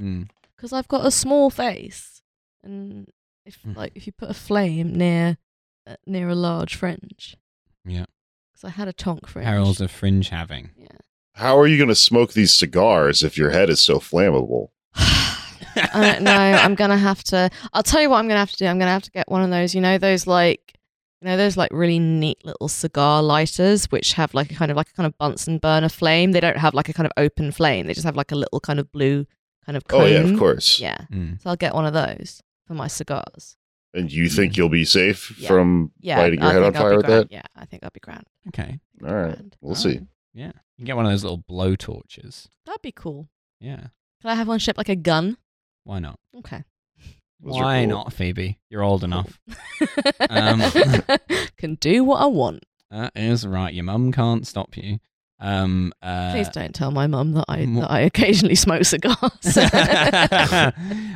Speaker 1: Mm.
Speaker 2: because I've got a small face and If
Speaker 1: Mhm.
Speaker 2: like if you put a flame near uh, near a large fringe,
Speaker 1: Yeah.
Speaker 2: because I had a tonk fringe.
Speaker 1: Perils of fringe having.
Speaker 3: How are you going to smoke these cigars if your head is so flammable?
Speaker 2: uh, no, I'm gonna have to. I'll tell you what I'm gonna have to do. I'm gonna have to get one of those. You know those like, you know those like really neat little cigar lighters, which have like a kind of like a kind of Bunsen burner flame. They don't have like a kind of open flame. They just have like a little kind of blue kind of. Cone.
Speaker 3: Oh yeah, of course.
Speaker 2: Yeah.
Speaker 1: Mm.
Speaker 2: So I'll get one of those for my cigars.
Speaker 3: And you think you'll be safe
Speaker 2: Mm-hmm. Yeah.
Speaker 3: from
Speaker 2: Yeah.
Speaker 3: lighting your
Speaker 2: I
Speaker 3: head on
Speaker 2: think I'll be
Speaker 3: fire with
Speaker 2: grand.
Speaker 3: that?
Speaker 2: Yeah, I think I'll be grand.
Speaker 1: Okay.
Speaker 2: I'll be
Speaker 3: All right.
Speaker 2: grand.
Speaker 3: We'll see.
Speaker 1: Yeah. You can get one of those little blow torches.
Speaker 2: That'd be cool.
Speaker 1: Yeah.
Speaker 2: Can I have one shipped like a gun?
Speaker 1: Why not?
Speaker 2: Okay.
Speaker 3: Those are
Speaker 1: Why
Speaker 3: cool.
Speaker 1: not, Phoebe? You're old enough. Um.
Speaker 2: Can do what I want.
Speaker 1: That is right. Your mum can't stop you. Um, uh,
Speaker 2: Please don't tell my mum that I
Speaker 1: mo-
Speaker 2: that I occasionally smoke cigars.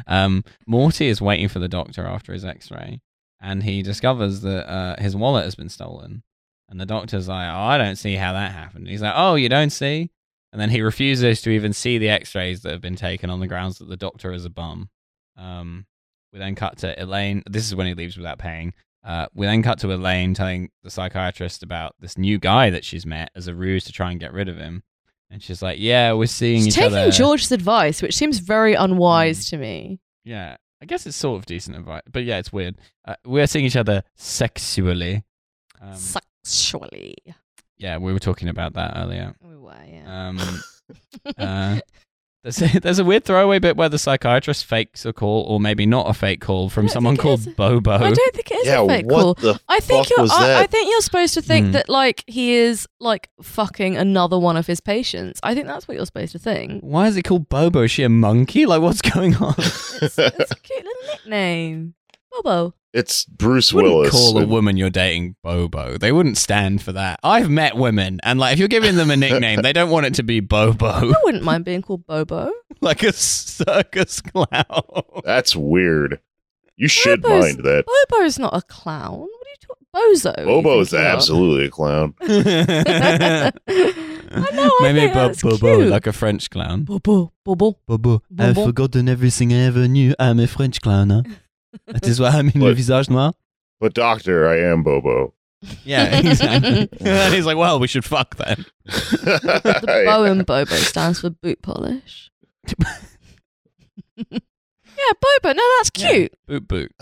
Speaker 1: um, Morty is waiting for the doctor after his X-ray, and he discovers that uh, his wallet has been stolen. And the doctor's like, "Oh, I don't see how that happened." He's like, "Oh, you don't see?" And then he refuses to even see the X-rays that have been taken on the grounds that the doctor is a bum. Um, we then cut to Elaine. This is when he leaves without paying. Uh, we then cut to Elaine telling the psychiatrist about this new guy that she's met as a ruse to try and get rid of him. And she's like, "Yeah, we're seeing
Speaker 2: She's
Speaker 1: each
Speaker 2: taking
Speaker 1: other." Mm.
Speaker 2: George's advice, which seems very unwise to me.
Speaker 1: Yeah, I guess it's sort of decent advice, but yeah, it's weird. Uh, we're seeing each other sexually. Um,
Speaker 2: Sexually,
Speaker 1: yeah, we were talking about that earlier.
Speaker 2: we were, yeah.
Speaker 1: Um, uh, there's, a, there's a weird throwaway bit where the psychiatrist fakes a call, or maybe not a fake call, from
Speaker 2: I don't
Speaker 1: someone
Speaker 2: think it
Speaker 1: called Bobo.
Speaker 2: I don't think it is
Speaker 3: oh. Yeah,
Speaker 2: a fake
Speaker 3: what
Speaker 2: call.
Speaker 3: the
Speaker 2: I think
Speaker 3: fuck
Speaker 2: you're.
Speaker 3: was
Speaker 2: I, I
Speaker 3: that?
Speaker 2: think you're supposed to think
Speaker 1: Hmm.
Speaker 2: that like he is like fucking another one of his patients. I think that's what you're supposed to think.
Speaker 1: Why is it called Bobo? Is she a monkey? Like, what's going on?
Speaker 2: It's, it's a cute little nickname, Bobo.
Speaker 3: it's Bruce
Speaker 1: wouldn't
Speaker 3: Willis.
Speaker 1: call a
Speaker 3: and-
Speaker 1: woman you're dating Bobo. They wouldn't stand for that. I've met women, and like, if you're giving them a nickname, they don't want it to be Bobo,
Speaker 2: I wouldn't mind being called Bobo.
Speaker 1: like a circus clown.
Speaker 3: That's weird. You should
Speaker 2: Bobo's-
Speaker 3: mind that.
Speaker 2: Bobo's not a clown. What are you talking? Bozo? you
Speaker 3: Bobo is
Speaker 2: thinking of?
Speaker 3: absolutely a clown.
Speaker 2: I know. I
Speaker 1: Maybe
Speaker 2: think
Speaker 1: Bo-
Speaker 2: that's
Speaker 1: Bobo,
Speaker 2: cute.
Speaker 1: like a French clown.
Speaker 2: Bobo, Bobo.
Speaker 1: Bobo,
Speaker 2: I've Bobo.
Speaker 1: forgotten everything I ever knew. I'm a French clown. that is why I'm in
Speaker 3: le But-
Speaker 1: visage noir.
Speaker 3: But doctor, I am Bobo.
Speaker 1: Yeah, exactly. and he's like, well, we should fuck then.
Speaker 2: The Bo and Bobo stands for boot polish. yeah, Bobo. No, that's
Speaker 1: Yeah.
Speaker 2: cute.
Speaker 1: Boot boot.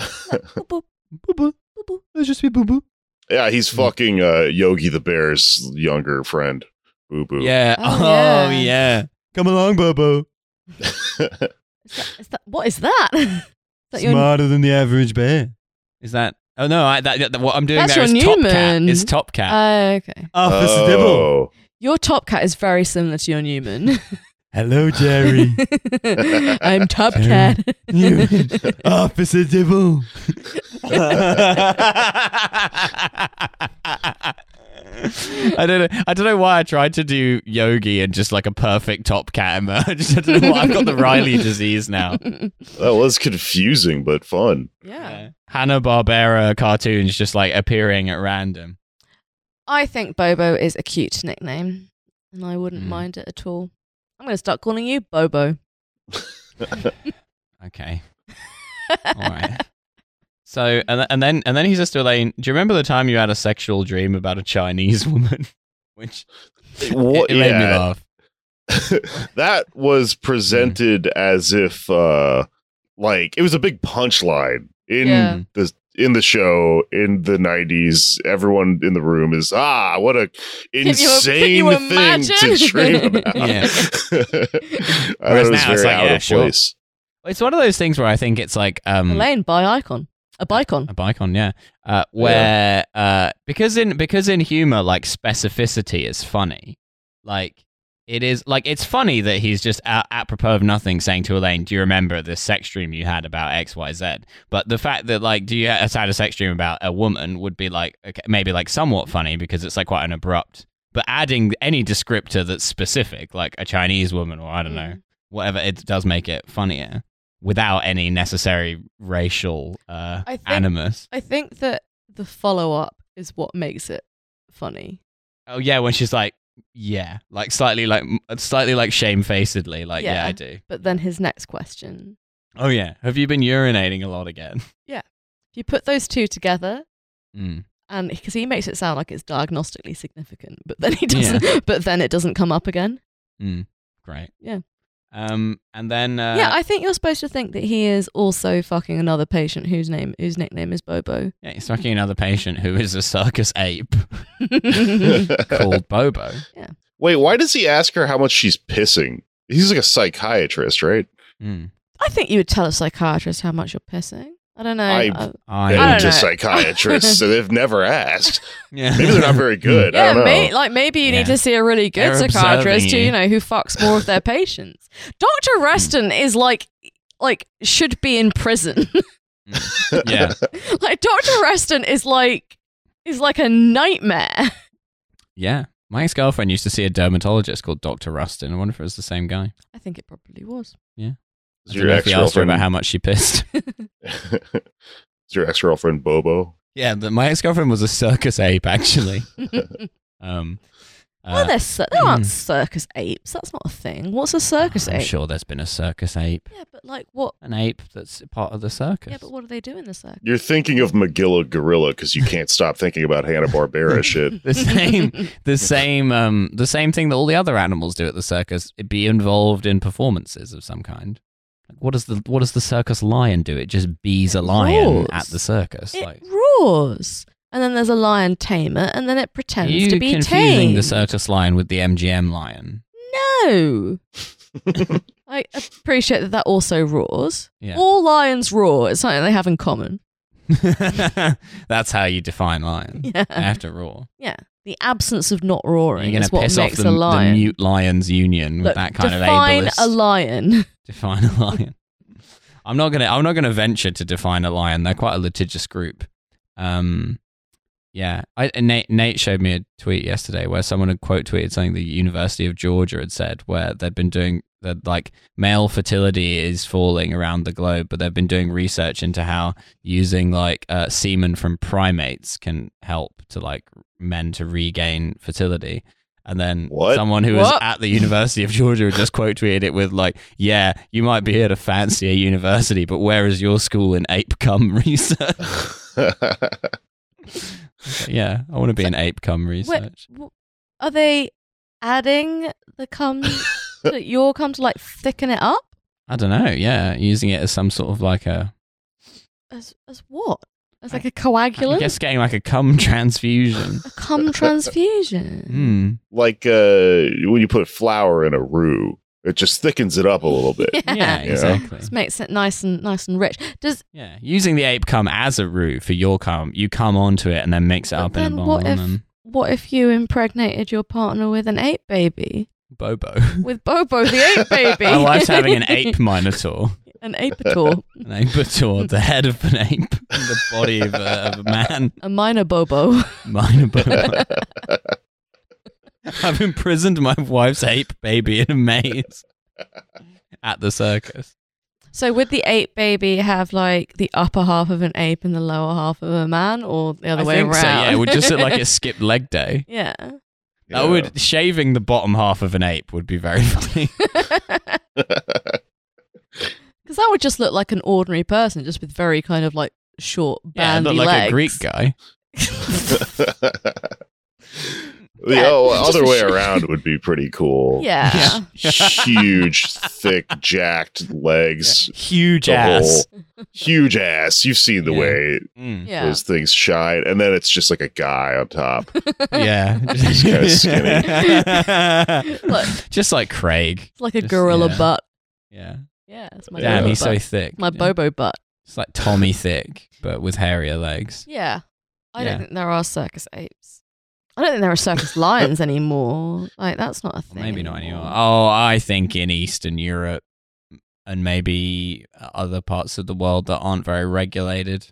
Speaker 2: Bobo,
Speaker 1: Bobo,
Speaker 2: Bobo.
Speaker 1: je suis Bobo.
Speaker 3: yeah, he's fucking uh, Yogi the Bear's younger friend, Boo Boo.
Speaker 1: Yeah.
Speaker 2: Oh,
Speaker 1: Oh,
Speaker 2: yeah.
Speaker 1: yeah. Come along, Bobo.
Speaker 2: Is that, is that, what is that? Is that your-
Speaker 1: than the average bear. Is that? Oh no! I, that, that- what I'm doing
Speaker 2: That's
Speaker 1: there is
Speaker 2: your
Speaker 1: top cat.
Speaker 2: Newman.
Speaker 1: It's top cat.
Speaker 2: Oh, okay.
Speaker 1: Ah,
Speaker 3: Oh,
Speaker 2: Your top cat is very similar to your Newman.
Speaker 1: Hello,
Speaker 2: I'm top cat.
Speaker 1: Newman. Officer Dibble. I don't know. I don't know why I tried to do yogi and just like a perfect top cat emerged. I don't know why I've got the Riley disease now.
Speaker 3: that was confusing but fun.
Speaker 2: yeah.
Speaker 1: Hanna Barbera cartoons just like appearing at random.
Speaker 2: I think Bobo is a cute nickname, and I wouldn't
Speaker 1: Mm.
Speaker 2: mind it at all. I'm going to start calling you Bobo.
Speaker 1: Okay. All right. So and th- and then and then he says to Elaine, "Do you remember the time you had a sexual dream about a Chinese woman?" Which
Speaker 3: What-
Speaker 1: it, it made me
Speaker 3: yeah.
Speaker 1: laugh.
Speaker 3: that was presented as if uh like it was a big punchline in
Speaker 2: Yeah.
Speaker 3: the in the show in the 90s everyone in the room is ah what a
Speaker 2: you-
Speaker 3: insane
Speaker 2: can you
Speaker 3: thing to
Speaker 2: imagine?"
Speaker 3: dream about
Speaker 1: Yeah.
Speaker 3: I thought
Speaker 1: Whereas
Speaker 3: it was
Speaker 1: now it's
Speaker 3: very
Speaker 1: like,
Speaker 3: out
Speaker 1: yeah,
Speaker 3: of
Speaker 1: sure.
Speaker 3: place
Speaker 1: It's one of those things where I think it's like um,
Speaker 2: Elaine by icon. A bicon.
Speaker 1: a bicon, yeah. Uh, where uh, because in because in humor, like specificity is funny. Like it is like it's funny that he's just a apropos of nothing saying to Elaine, "Do you remember this sex dream you had about X, Y, Z?" But the fact that like, do you have had a sex dream about a woman would be like okay, maybe like somewhat funny because it's like quite an abrupt. But adding any descriptor that's specific, like a Chinese woman or I don't know,
Speaker 2: Mm.
Speaker 1: whatever, it does make it funnier without any necessary racial uh,
Speaker 2: I think-
Speaker 1: animus.
Speaker 2: I think that the follow up is what makes it funny.
Speaker 1: Oh yeah, when she's like, yeah, like slightly like slightly like shamefacedly, like yeah,
Speaker 2: Yeah.
Speaker 1: I do.
Speaker 2: But then his next question.
Speaker 1: Oh yeah, have you been urinating a lot again?
Speaker 2: Yeah. If you put those two together,
Speaker 1: Mm.
Speaker 2: and because he makes it sound like it's diagnostically significant, but then he doesn't. But then it doesn't come up again.
Speaker 1: Mm. Great.
Speaker 2: Yeah.
Speaker 1: Um, and then uh,
Speaker 2: yeah, I think you're supposed to think that he is also fucking another patient whose name, whose nickname is Bobo.
Speaker 1: yeah, he's fucking another patient who is a circus ape
Speaker 2: Mm-hmm.
Speaker 1: called Bobo.
Speaker 3: Wait, why does he ask her how much she's pissing? He's like a psychiatrist, right?
Speaker 1: Mm.
Speaker 2: I think you would tell a psychiatrist how much you're pissing. I don't know.
Speaker 3: I-
Speaker 2: Uh,
Speaker 1: I,
Speaker 3: They
Speaker 2: don't
Speaker 3: went to
Speaker 2: know.
Speaker 3: psychiatrists, so they've never asked.
Speaker 1: yeah.
Speaker 3: Maybe they're not very good. I
Speaker 2: yeah,
Speaker 3: don't know.
Speaker 2: may, like maybe you
Speaker 1: Yeah.
Speaker 2: need to see a really good
Speaker 1: They're
Speaker 2: psychiatrist who
Speaker 1: observing you.
Speaker 2: you know who fucks more of their patients. Doctor Reston is like like should be in prison.
Speaker 1: yeah.
Speaker 2: like Doctor Reston is like is like a nightmare.
Speaker 1: Yeah. My ex girlfriend used to see a dermatologist called Dr. Rustin. I wonder if it was the same guy.
Speaker 2: I think it probably was.
Speaker 1: I
Speaker 3: Is
Speaker 1: don't
Speaker 3: your
Speaker 1: know if he asked her about
Speaker 3: ex-girlfriend
Speaker 1: how much she pissed.
Speaker 3: Is your ex-girlfriend Bobo?
Speaker 1: yeah, the, my ex girlfriend was a circus ape, actually. Um,
Speaker 2: well,
Speaker 1: uh, Ah,
Speaker 2: they're cir- they aren't circus apes. That's not a thing. What's a circus
Speaker 1: I'm
Speaker 2: ape?
Speaker 1: sure there's been a circus ape.
Speaker 2: Yeah, but like what?
Speaker 1: An ape that's part of the circus.
Speaker 2: Yeah, but what do they do in the circus?
Speaker 3: You're thinking of McGilla Gorilla because you can't stop thinking about Hanna Barbera shit.
Speaker 1: the same the same um the same thing that all the other animals do at the circus it be involved in performances of some kind like what does the what does the circus lion do it just bees a
Speaker 2: It
Speaker 1: lion
Speaker 2: roars.
Speaker 1: at the circus like
Speaker 2: It roars, and then there's a lion tamer, and then it pretends
Speaker 1: you
Speaker 2: to be
Speaker 1: confusing
Speaker 2: tamed.
Speaker 1: the circus lion with the mgm lion
Speaker 2: no, I appreciate that that also roars.
Speaker 1: yeah
Speaker 2: All lions roar. It's something they have in common.
Speaker 1: that's how you define lion
Speaker 2: Yeah,
Speaker 1: They have to roar
Speaker 2: yeah. The absence of not
Speaker 1: you're
Speaker 2: roaring
Speaker 1: going
Speaker 2: is
Speaker 1: to
Speaker 2: what
Speaker 1: piss off
Speaker 2: makes
Speaker 1: the,
Speaker 2: a
Speaker 1: the
Speaker 2: lion.
Speaker 1: mute lions union with
Speaker 2: Look,
Speaker 1: that kind of
Speaker 2: define
Speaker 1: ableist
Speaker 2: a lion.
Speaker 1: define a lion. I'm not gonna. I'm not gonna venture to define a lion. They're quite a litigious group. Um, yeah. I and Nate Nate showed me a tweet yesterday where someone had quote tweeted something the University of Georgia had said, where they'd been doing that like male fertility is falling around the globe, but they've been doing research into how using like uh, semen from primates can help to like men to regain fertility. And then
Speaker 3: What?
Speaker 1: someone who was
Speaker 2: What?
Speaker 1: at the University of Georgia just quote tweeted it with like, "Yeah, you might be here to fancy a university, but where is your school in ape cum research? yeah, I want to be in ape cum research.
Speaker 2: Wh- wh- are they adding the cum to your cum to like thicken it up?
Speaker 1: I don't know. Yeah, using it as some sort of like a,
Speaker 2: As as what? As
Speaker 1: I-
Speaker 2: like a
Speaker 1: I
Speaker 2: coagulant?
Speaker 1: guess getting like a cum transfusion.
Speaker 2: A cum transfusion.
Speaker 1: Hmm.
Speaker 3: like uh, when you put flour in a roux, it just thickens it up a little bit.
Speaker 1: Yeah,
Speaker 3: Yeah.
Speaker 1: exactly.
Speaker 2: This makes it nice and nice and rich. Does
Speaker 1: Yeah, using the ape cum as a roux for your cum, you come onto it and then mix it
Speaker 2: But
Speaker 1: up in a
Speaker 2: then
Speaker 1: bowl
Speaker 2: what
Speaker 1: and
Speaker 2: if-
Speaker 1: then
Speaker 2: what if you impregnated your partner with an ape baby?
Speaker 1: Bobo.
Speaker 2: With Bobo the ape baby.
Speaker 1: My wife's having an ape minotaur.
Speaker 2: an apitor.
Speaker 1: an abator, the head of an ape, and the body of a, of a man.
Speaker 2: A minor Bobo.
Speaker 1: Mine about. I've imprisoned my wife's ape baby in a maze at the circus.
Speaker 2: So would the ape baby have like the upper half of an ape and the lower half of a man or the other
Speaker 1: I
Speaker 2: way
Speaker 1: think
Speaker 2: around?
Speaker 1: so. Yeah, it would just look like it skipped leg day.
Speaker 2: yeah.
Speaker 1: That would shaving the bottom half of an ape would be very funny.
Speaker 2: Because that would just look like an ordinary person, just with very kind of like short,
Speaker 1: yeah,
Speaker 2: bandy
Speaker 1: look like a
Speaker 2: legs.
Speaker 1: Greek guy.
Speaker 3: the
Speaker 2: Yeah,
Speaker 3: oh,
Speaker 2: just
Speaker 3: other
Speaker 2: a
Speaker 3: way
Speaker 2: sh-
Speaker 3: around would be pretty cool.
Speaker 2: yeah.
Speaker 1: Yeah.
Speaker 3: Huge, thick, jacked legs,
Speaker 1: Huge
Speaker 3: the
Speaker 1: ass.
Speaker 3: whole huge ass. You've seen the
Speaker 1: Yeah.
Speaker 3: way
Speaker 1: Mm.
Speaker 2: Yeah.
Speaker 3: those things shine, and then it's just like a guy on top.
Speaker 1: Yeah. Just,
Speaker 3: kinda
Speaker 2: Look.
Speaker 1: Just like Craig.
Speaker 2: It's like a
Speaker 1: Just-
Speaker 2: gorilla
Speaker 1: yeah.
Speaker 2: butt.
Speaker 1: Yeah.
Speaker 2: Yeah, it's my
Speaker 1: Damn,
Speaker 2: gorilla
Speaker 1: he's
Speaker 2: butt.
Speaker 1: so thick.
Speaker 2: my
Speaker 1: Yeah.
Speaker 2: Bobo butt.
Speaker 1: It's like Tommy thick, but with hairier legs.
Speaker 2: Yeah. I
Speaker 1: Yeah.
Speaker 2: don't think there are circus apes. I don't think there are circus lions anymore. Like that's not a
Speaker 1: Or
Speaker 2: thing.
Speaker 1: maybe not anymore. Oh, I think in Eastern Europe and maybe other parts of the world that aren't very regulated.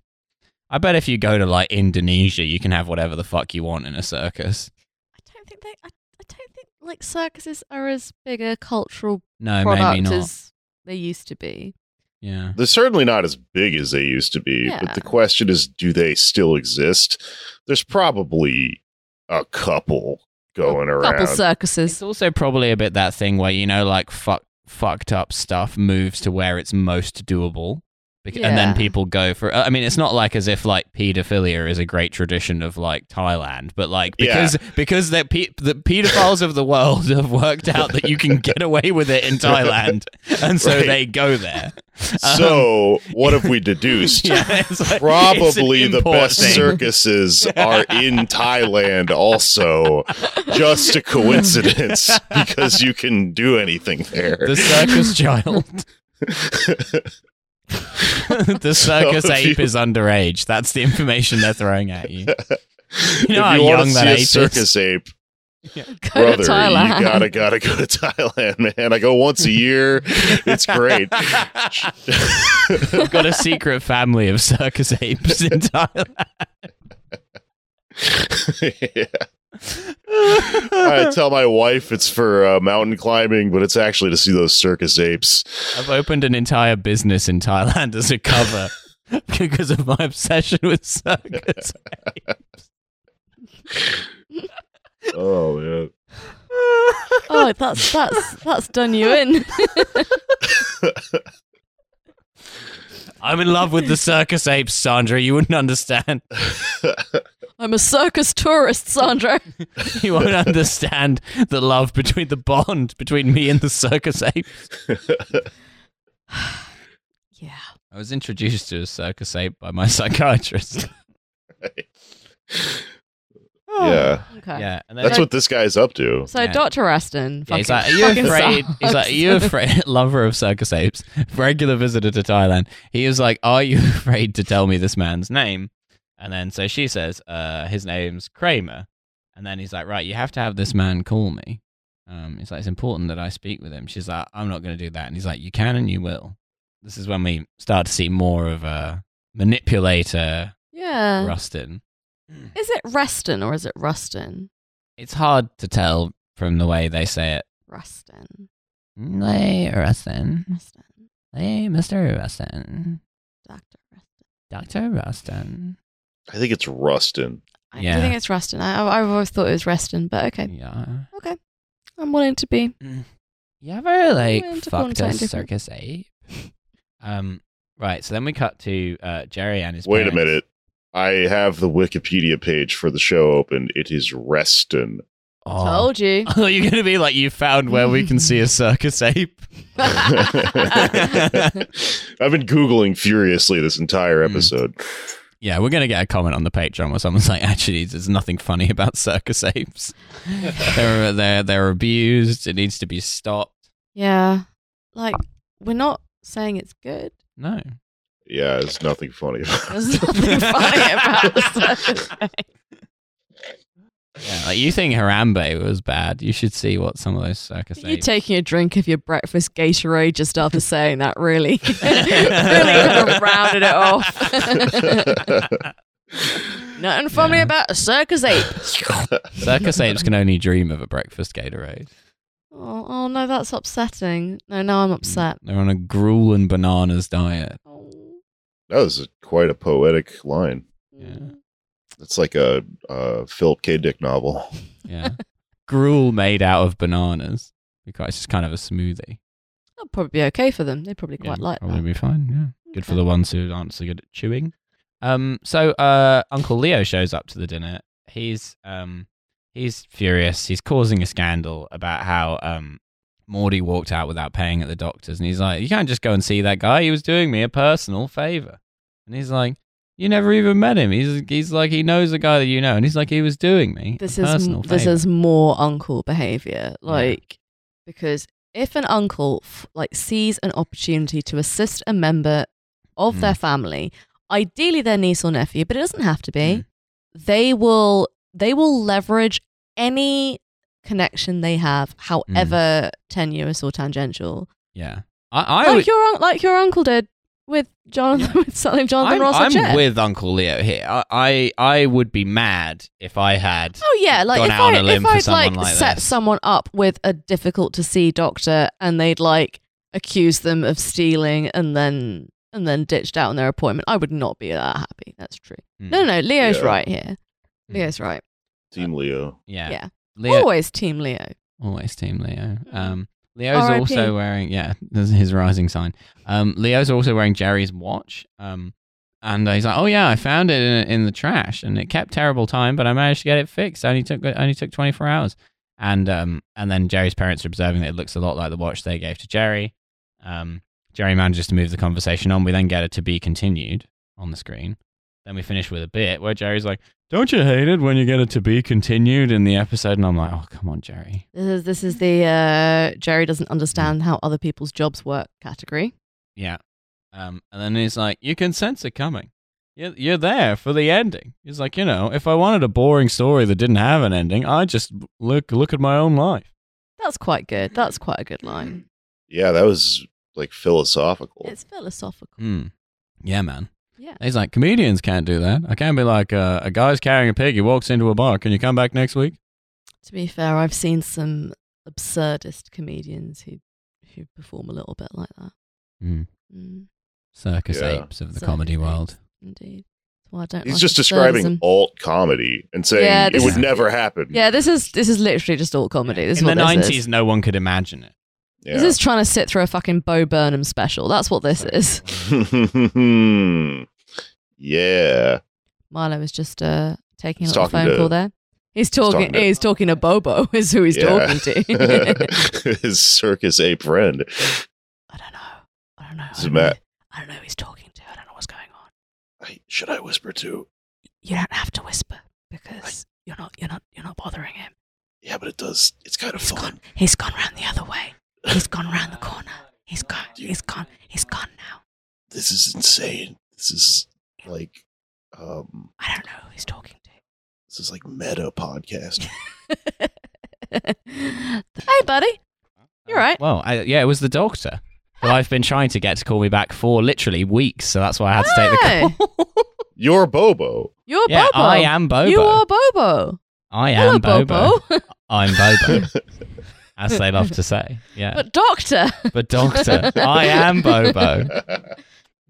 Speaker 1: I bet if you go to like Indonesia, you can have whatever the fuck you want in a circus.
Speaker 2: I don't think they. I, I don't think like circuses are as big a cultural
Speaker 1: No, maybe
Speaker 2: product
Speaker 1: not.
Speaker 2: as they used to be.
Speaker 1: yeah.
Speaker 3: They're certainly not as big as they used to be,
Speaker 2: Yeah.
Speaker 3: but the question is, do they still exist? There's probably a couple going
Speaker 2: a
Speaker 3: around.
Speaker 2: couple circuses.
Speaker 1: It's also probably a bit that thing where you know, like fuck, fucked up stuff moves to where it's most doable, Bec- And then
Speaker 2: Yeah.
Speaker 1: people go for. I mean, it's not like as if like paedophilia is a great tradition of like Thailand, but like
Speaker 3: Yeah.
Speaker 1: because because the pe- the paedophiles of the world have worked out that you can get away with it in Thailand, and so
Speaker 3: Right.
Speaker 1: they go there. Um,
Speaker 3: So, what have we deduced?
Speaker 1: yeah, it's like- it's an
Speaker 3: Probably the
Speaker 1: import
Speaker 3: best
Speaker 1: thing.
Speaker 3: circuses are in Thailand, also. Just a coincidence because you can do anything there.
Speaker 1: The circus child. the circus
Speaker 3: So if
Speaker 1: ape
Speaker 3: you-
Speaker 1: is underage. That's the information they're throwing at you. You know
Speaker 3: if
Speaker 1: how
Speaker 3: you want
Speaker 1: young
Speaker 3: to
Speaker 1: that
Speaker 3: see
Speaker 1: ape
Speaker 3: a
Speaker 1: is.
Speaker 3: circus ape,
Speaker 2: Go
Speaker 3: brother,
Speaker 2: to Thailand.
Speaker 3: you gotta gotta go to Thailand, man. I go once a year. It's great.
Speaker 1: I've got a secret family of circus apes in Thailand.
Speaker 3: Yeah. I tell my wife it's for uh, mountain climbing, but it's actually to see those circus apes.
Speaker 1: I've opened an entire business in Thailand as a cover because of my obsession with circus.
Speaker 3: Oh man.
Speaker 2: oh, that's that's that's done you in.
Speaker 1: I'm in love with the circus apes, Sandra. You wouldn't understand.
Speaker 2: I'm a circus tourist, Sandra.
Speaker 1: You won't understand the love between the bond between me and the circus ape.
Speaker 2: Yeah.
Speaker 1: I was introduced to a circus ape by my psychiatrist.
Speaker 3: Yeah.
Speaker 2: Oh, Okay.
Speaker 1: Yeah, and then
Speaker 3: That's what this guy's up to.
Speaker 2: So
Speaker 1: Yeah.
Speaker 2: Dr. Aston.
Speaker 1: Yeah, he's like, are
Speaker 2: fucking-
Speaker 1: you
Speaker 2: fucking
Speaker 1: afraid? He's like,
Speaker 2: sucks."
Speaker 1: are you afraid? Lover of circus apes, regular visitor to Thailand. He was like, are you afraid to tell me this man's name? And then so she says, uh, his name's Kramer. And then he's like, right, you have to have this man call me. Um, he's like, it's important that I speak with him. She's like, I'm not going to do that. And he's like, you can and you will. This is when we start to see more of a manipulator,
Speaker 2: Yeah.
Speaker 1: Rustin.
Speaker 2: Is it Reston or is it Rustin?
Speaker 1: It's hard to tell from the way they say it.
Speaker 2: Rustin.
Speaker 1: Hmm. Lay Rustin.
Speaker 2: Rustin.
Speaker 1: Hey, Mr. Rustin.
Speaker 2: Dr. Rustin.
Speaker 1: Dr. Rustin.
Speaker 3: I think it's Rustin.
Speaker 2: I
Speaker 1: Yeah.
Speaker 2: do think it's Rustin. I, I've always thought it was Reston, but okay.
Speaker 1: Yeah.
Speaker 2: I'm willing to be.
Speaker 1: Mm. You ever, like,
Speaker 2: went
Speaker 1: fucked a
Speaker 2: to Valentine's different.
Speaker 1: circus ape? um, right, so then we cut to uh, Jerry and his
Speaker 3: Wait a
Speaker 1: parents.
Speaker 3: minute. I have the Wikipedia page for the show open. It is Reston.
Speaker 1: Oh.
Speaker 2: Told you.
Speaker 1: Oh, you're going to be like, you found where we can see a circus ape.
Speaker 3: I've been Googling furiously this entire
Speaker 1: Hmm.
Speaker 3: episode.
Speaker 1: Yeah, we're going to get a comment on the Patreon where someone's like, actually, there's nothing funny about circus apes. they're, they're, they're abused. It needs to be stopped.
Speaker 2: yeah. Like, we're not saying it's good.
Speaker 1: No.
Speaker 3: Yeah, it's nothing funny.
Speaker 2: There's nothing funny about the circus.
Speaker 1: Yeah, like, you think Harambe was bad. You should see what some of those circus
Speaker 2: You're
Speaker 1: apes...
Speaker 2: taking a drink of your breakfast Gatorade just after saying that, really. really kind of rounded it off. Nothing funny
Speaker 1: Yeah.
Speaker 2: about a circus ape.
Speaker 1: Circus apes can only dream of a breakfast Gatorade.
Speaker 2: Oh, oh no, that's upsetting. No, now I'm
Speaker 1: Mm,
Speaker 2: upset.
Speaker 1: They're on a gruel and bananas diet.
Speaker 2: Oh.
Speaker 3: that was a, quite a poetic line.
Speaker 1: Yeah.
Speaker 3: It's like a uh, Philip K. Dick novel.
Speaker 1: Yeah. gruel made out of bananas. Because it's just kind of a smoothie.
Speaker 2: That'll probably be okay for them. They probably
Speaker 1: Yeah,
Speaker 2: quite like
Speaker 1: Probably
Speaker 2: that.
Speaker 1: be fine. Yeah. Good for
Speaker 2: Okay.
Speaker 1: the ones who aren't so good at chewing. Um so uh Uncle Leo shows up to the dinner. He's um he's furious. He's causing a scandal about how um Morty walked out without paying at the doctor's and he's like, You can't just go and see that guy. He was doing me a personal favor. And he's like, You never even met him. He's he's like he knows a guy that you know and he's like he was doing me.
Speaker 2: This
Speaker 1: a
Speaker 2: is
Speaker 1: personal
Speaker 2: this
Speaker 1: favor."
Speaker 2: is more uncle behavior, like because if an uncle f- like sees an opportunity to assist a member of
Speaker 1: Mm.
Speaker 2: their family, ideally their niece or nephew, but it doesn't have to be,
Speaker 1: Hmm.
Speaker 2: they will they will leverage any connection they
Speaker 1: Hmm.
Speaker 2: have, however tenuous or tangential,
Speaker 1: Yeah. I, I
Speaker 2: like
Speaker 1: would-
Speaker 2: your un- like your uncle did with Jonathan with selling Jonathan
Speaker 1: I'm,
Speaker 2: Ross a
Speaker 1: I'm
Speaker 2: jet.
Speaker 1: with Uncle Leo here. I, I I would be mad if I had.
Speaker 2: Oh yeah, like
Speaker 1: gone
Speaker 2: if
Speaker 1: out on
Speaker 2: I
Speaker 1: a limb
Speaker 2: if
Speaker 1: for
Speaker 2: I'd
Speaker 1: someone
Speaker 2: like,
Speaker 1: like
Speaker 2: set
Speaker 1: this.
Speaker 2: someone up with a difficult to see doctor and they'd like accuse them of stealing and then and then ditched out on their appointment, I would not be that happy. That's true. No, no, Leo's
Speaker 3: Yeah.
Speaker 2: right here.
Speaker 1: Mm.
Speaker 2: Leo's right.
Speaker 3: Team Leo.
Speaker 1: Yeah.
Speaker 2: yeah.
Speaker 1: Leo
Speaker 2: Always team Leo.
Speaker 1: always team Leo.
Speaker 2: Mm.
Speaker 1: Um, Leo's
Speaker 2: RIP.
Speaker 1: also wearing yeah, this is his rising sign. Um, Leo's also wearing Jerry's watch. Um, and uh, he's like, oh yeah, I found it in, in the trash, and it kept terrible time, but I managed to get it fixed. Only took only took twenty four hours. And um, and then Jerry's parents are observing that it looks a lot like the watch they gave to Jerry. Um, Jerry manages to move the conversation on. We then get it to be continued on the screen. Then we finish with a bit where Jerry's like, "Don't you hate it when you get it to be continued in the episode?" And I'm like, "Oh, come on, Jerry."
Speaker 2: This is this is the uh, Jerry doesn't understand how other people's jobs work category.
Speaker 1: Yeah. Um, and then he's like, you can sense it coming. You're, you're there for the ending. He's like, you know, if I wanted a boring story that didn't have an ending, I just look look at my own life.
Speaker 2: That's quite good. That's quite a good line.
Speaker 3: Yeah, that was like philosophical.
Speaker 2: It's philosophical.
Speaker 1: Hmm. Yeah, man.
Speaker 2: Yeah.
Speaker 1: He's like, comedians can't do that. I can't be like, uh, a guy's carrying a pig. He walks into a bar. Can you come back next week?
Speaker 2: To be fair, I've seen some absurdist comedians who who perform a little bit like that.
Speaker 1: Hmm.
Speaker 2: Mm,
Speaker 1: Circus
Speaker 3: Yeah.
Speaker 1: apes of the
Speaker 2: Circus
Speaker 1: comedy
Speaker 2: apes.
Speaker 1: world.
Speaker 2: indeed. That's why I don't.
Speaker 3: He's
Speaker 2: like
Speaker 3: just describing
Speaker 2: absurdism.
Speaker 3: alt comedy and saying
Speaker 2: Yeah,
Speaker 3: it
Speaker 2: this
Speaker 3: would
Speaker 1: is-
Speaker 3: never happen.
Speaker 2: Yeah, this is this is literally just all comedy. This is
Speaker 1: In the
Speaker 2: what this
Speaker 1: 90s,
Speaker 2: is.
Speaker 1: no one could imagine it.
Speaker 3: Yeah.
Speaker 2: This is trying to sit through a fucking Bo Burnham special. That's what this is.
Speaker 3: yeah.
Speaker 2: Milo is just uh, taking a
Speaker 3: He's
Speaker 2: little
Speaker 3: talking
Speaker 2: phone
Speaker 3: to-
Speaker 2: call there. He's
Speaker 3: talking
Speaker 2: talking.
Speaker 3: to-
Speaker 2: he's talking to Bobo. Is who he's
Speaker 3: Yeah.
Speaker 2: talking to.
Speaker 3: His circus ape friend.
Speaker 2: I don't know. I don't know.
Speaker 3: This is Matt.
Speaker 2: I don't know who he's talking to. I don't know what's going on.
Speaker 3: I, should I whisper too?
Speaker 2: You don't have to whisper because you're not. You're not. You're not bothering him.
Speaker 3: Yeah, but it does. It's kind of
Speaker 2: He's gone. He's gone round the other way. He's gone round the corner. He's gone. He's gone. He's gone now.
Speaker 3: This is insane. This is like, um,
Speaker 2: I don't know who he's talking to.
Speaker 3: this is like meta podcast.
Speaker 2: hey, buddy. You're right.
Speaker 1: Well, I, yeah, it was the doctor who I've been trying to get to call me back for literally weeks. So that's why I had to take the call.
Speaker 2: Hey.
Speaker 3: You're Bobo.
Speaker 2: You're
Speaker 1: Yeah,
Speaker 2: Bobo.
Speaker 1: I am Bobo.
Speaker 2: You are Bobo.
Speaker 1: I am
Speaker 2: Hello,
Speaker 1: Bobo.
Speaker 2: Bobo.
Speaker 1: I'm Bobo. as they love to say. Yeah.
Speaker 2: but doctor.
Speaker 1: But doctor, I am Bobo.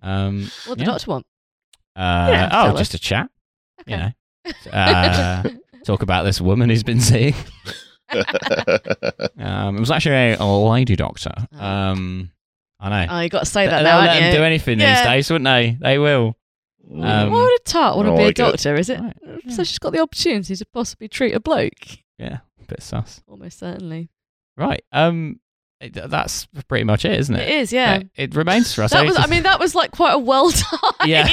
Speaker 1: Um
Speaker 2: What the
Speaker 1: Yeah.
Speaker 2: doctor want? don't
Speaker 1: uh,
Speaker 2: have to
Speaker 1: oh,
Speaker 2: tell
Speaker 1: just a chat, you
Speaker 2: Okay.
Speaker 1: know. Uh, talk about this woman he's been seeing. Um, it was actually a, a lady doctor. Um I know.
Speaker 2: Oh, you got to say that
Speaker 1: They'll
Speaker 2: now,
Speaker 1: let
Speaker 2: aren't
Speaker 1: them
Speaker 2: you?
Speaker 1: do anything
Speaker 2: Yeah.
Speaker 1: these days, wouldn't they? They will. Um,
Speaker 2: Why would a tart want
Speaker 3: I don't
Speaker 2: to be a
Speaker 3: like it.
Speaker 2: doctor? Is it?
Speaker 1: Right, yeah.
Speaker 2: So she's got the opportunity to possibly treat a bloke.
Speaker 1: Yeah, bit sus.
Speaker 2: Almost certainly.
Speaker 1: Right. Um it- that's pretty much it, isn't it?
Speaker 2: It is, yeah.
Speaker 1: It, it remains for us.
Speaker 2: That was, I mean, that was like quite a well timed
Speaker 1: Yeah.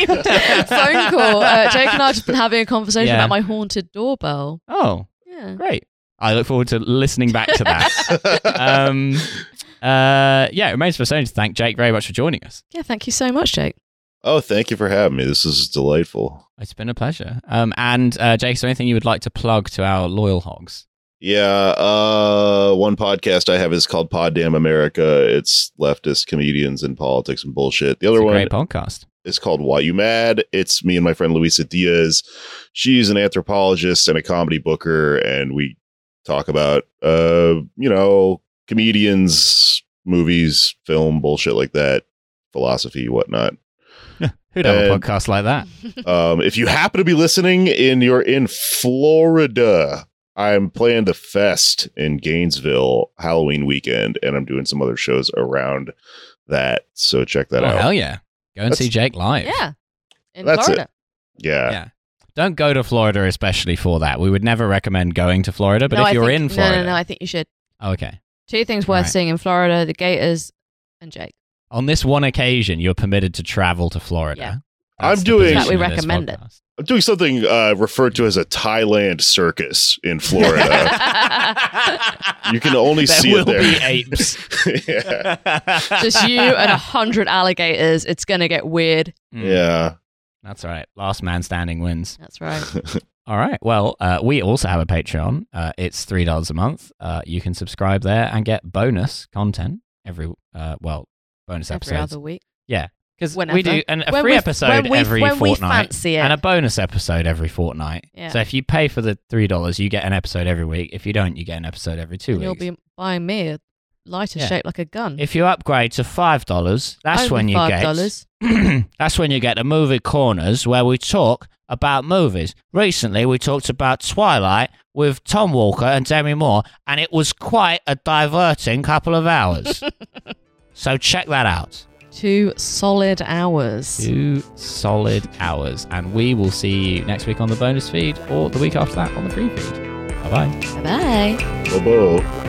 Speaker 2: phone call. Uh, Jake and I have just been having a conversation
Speaker 1: Yeah.
Speaker 2: about my haunted doorbell.
Speaker 1: oh,
Speaker 2: Yeah.
Speaker 1: great. I look forward to listening back to that. um, uh, yeah, it remains for us only to thank Jake very much for joining us.
Speaker 2: Yeah, thank you so much, Jake.
Speaker 3: oh, thank you for having me. This is delightful.
Speaker 1: It's been a pleasure. Um, and uh, Jake, is there anything you would like to plug to our loyal hogs?
Speaker 3: Yeah, uh, one podcast I have is called Pod Damn America. It's leftist comedians and politics and bullshit. The
Speaker 1: It's
Speaker 3: other
Speaker 1: a
Speaker 3: one
Speaker 1: great podcast.
Speaker 3: is called Why You Mad. It's me and my friend Luisa Diaz. She's an anthropologist and a comedy booker, and we talk about uh, you know, comedians, movies, film, bullshit like that, philosophy, whatnot.
Speaker 1: Who'd have a
Speaker 3: And-
Speaker 1: podcast like that?
Speaker 3: Um, if you happen to be listening and you're in Florida, I'm playing the fest in Gainesville Halloween weekend, and I'm doing some other shows around that. So check that
Speaker 1: oh,
Speaker 3: out.
Speaker 1: hell yeah. Go and
Speaker 3: That's-
Speaker 1: see Jake live.
Speaker 2: yeah. In
Speaker 3: That's it.
Speaker 2: Florida.
Speaker 3: Yeah.
Speaker 1: Yeah. Don't go to Florida, especially for that. We would never recommend going to Florida, but
Speaker 2: No,
Speaker 1: if
Speaker 2: I
Speaker 1: you're
Speaker 2: think-
Speaker 1: in Florida.
Speaker 2: No, no, no. I think you should.
Speaker 1: Oh, okay.
Speaker 2: Two things worth
Speaker 1: Right.
Speaker 2: seeing in Florida the Gators and Jake.
Speaker 1: On this one occasion, you're permitted to travel to Florida.
Speaker 2: Yeah.
Speaker 3: I'm
Speaker 1: That's the
Speaker 3: doing-
Speaker 1: position
Speaker 2: That we
Speaker 1: of this
Speaker 2: recommend it.
Speaker 1: podcast.
Speaker 3: I'm doing something uh, referred to as a Thailand circus in Florida. you can only
Speaker 1: There
Speaker 3: see
Speaker 1: will
Speaker 3: it there.
Speaker 1: be apes.
Speaker 3: yeah.
Speaker 2: Just you and a hundred alligators. It's going to get weird.
Speaker 1: Mm.
Speaker 3: Yeah.
Speaker 1: That's right. Last man standing wins.
Speaker 2: That's right.
Speaker 1: All right. Well, uh, we also have a Patreon. Uh, it's three dollars a month. Uh, you can subscribe there and get bonus content every uh, well bonus
Speaker 2: Every
Speaker 1: episodes
Speaker 2: other week.
Speaker 1: because we
Speaker 2: Whenever.
Speaker 1: do and a
Speaker 2: When
Speaker 1: free
Speaker 2: we-
Speaker 1: episode
Speaker 2: when we-
Speaker 1: every
Speaker 2: when we
Speaker 1: fortnight
Speaker 2: fancy it.
Speaker 1: and a bonus episode every fortnight.
Speaker 2: Yeah.
Speaker 1: So if you pay for the three dollars, you get an episode every week. If you don't, you get an episode every two
Speaker 2: and you'll
Speaker 1: weeks.
Speaker 2: be buying me a lighter
Speaker 1: Yeah.
Speaker 2: shaped like a gun.
Speaker 1: if you upgrade to five dollars, that's
Speaker 2: Only
Speaker 1: when you
Speaker 2: five
Speaker 1: get
Speaker 2: dollars.
Speaker 1: that's when you get the movie corners where we talk about movies. Recently, we talked about Twilight with Tom Walker and Demi Moore, and it was quite a diverting couple of hours. so check that out.
Speaker 2: Two solid hours.
Speaker 1: Two solid hours, and we will see you next week on the bonus feed or the week after that on the free feed. Bye bye.
Speaker 2: Bye bye.
Speaker 3: Bobo.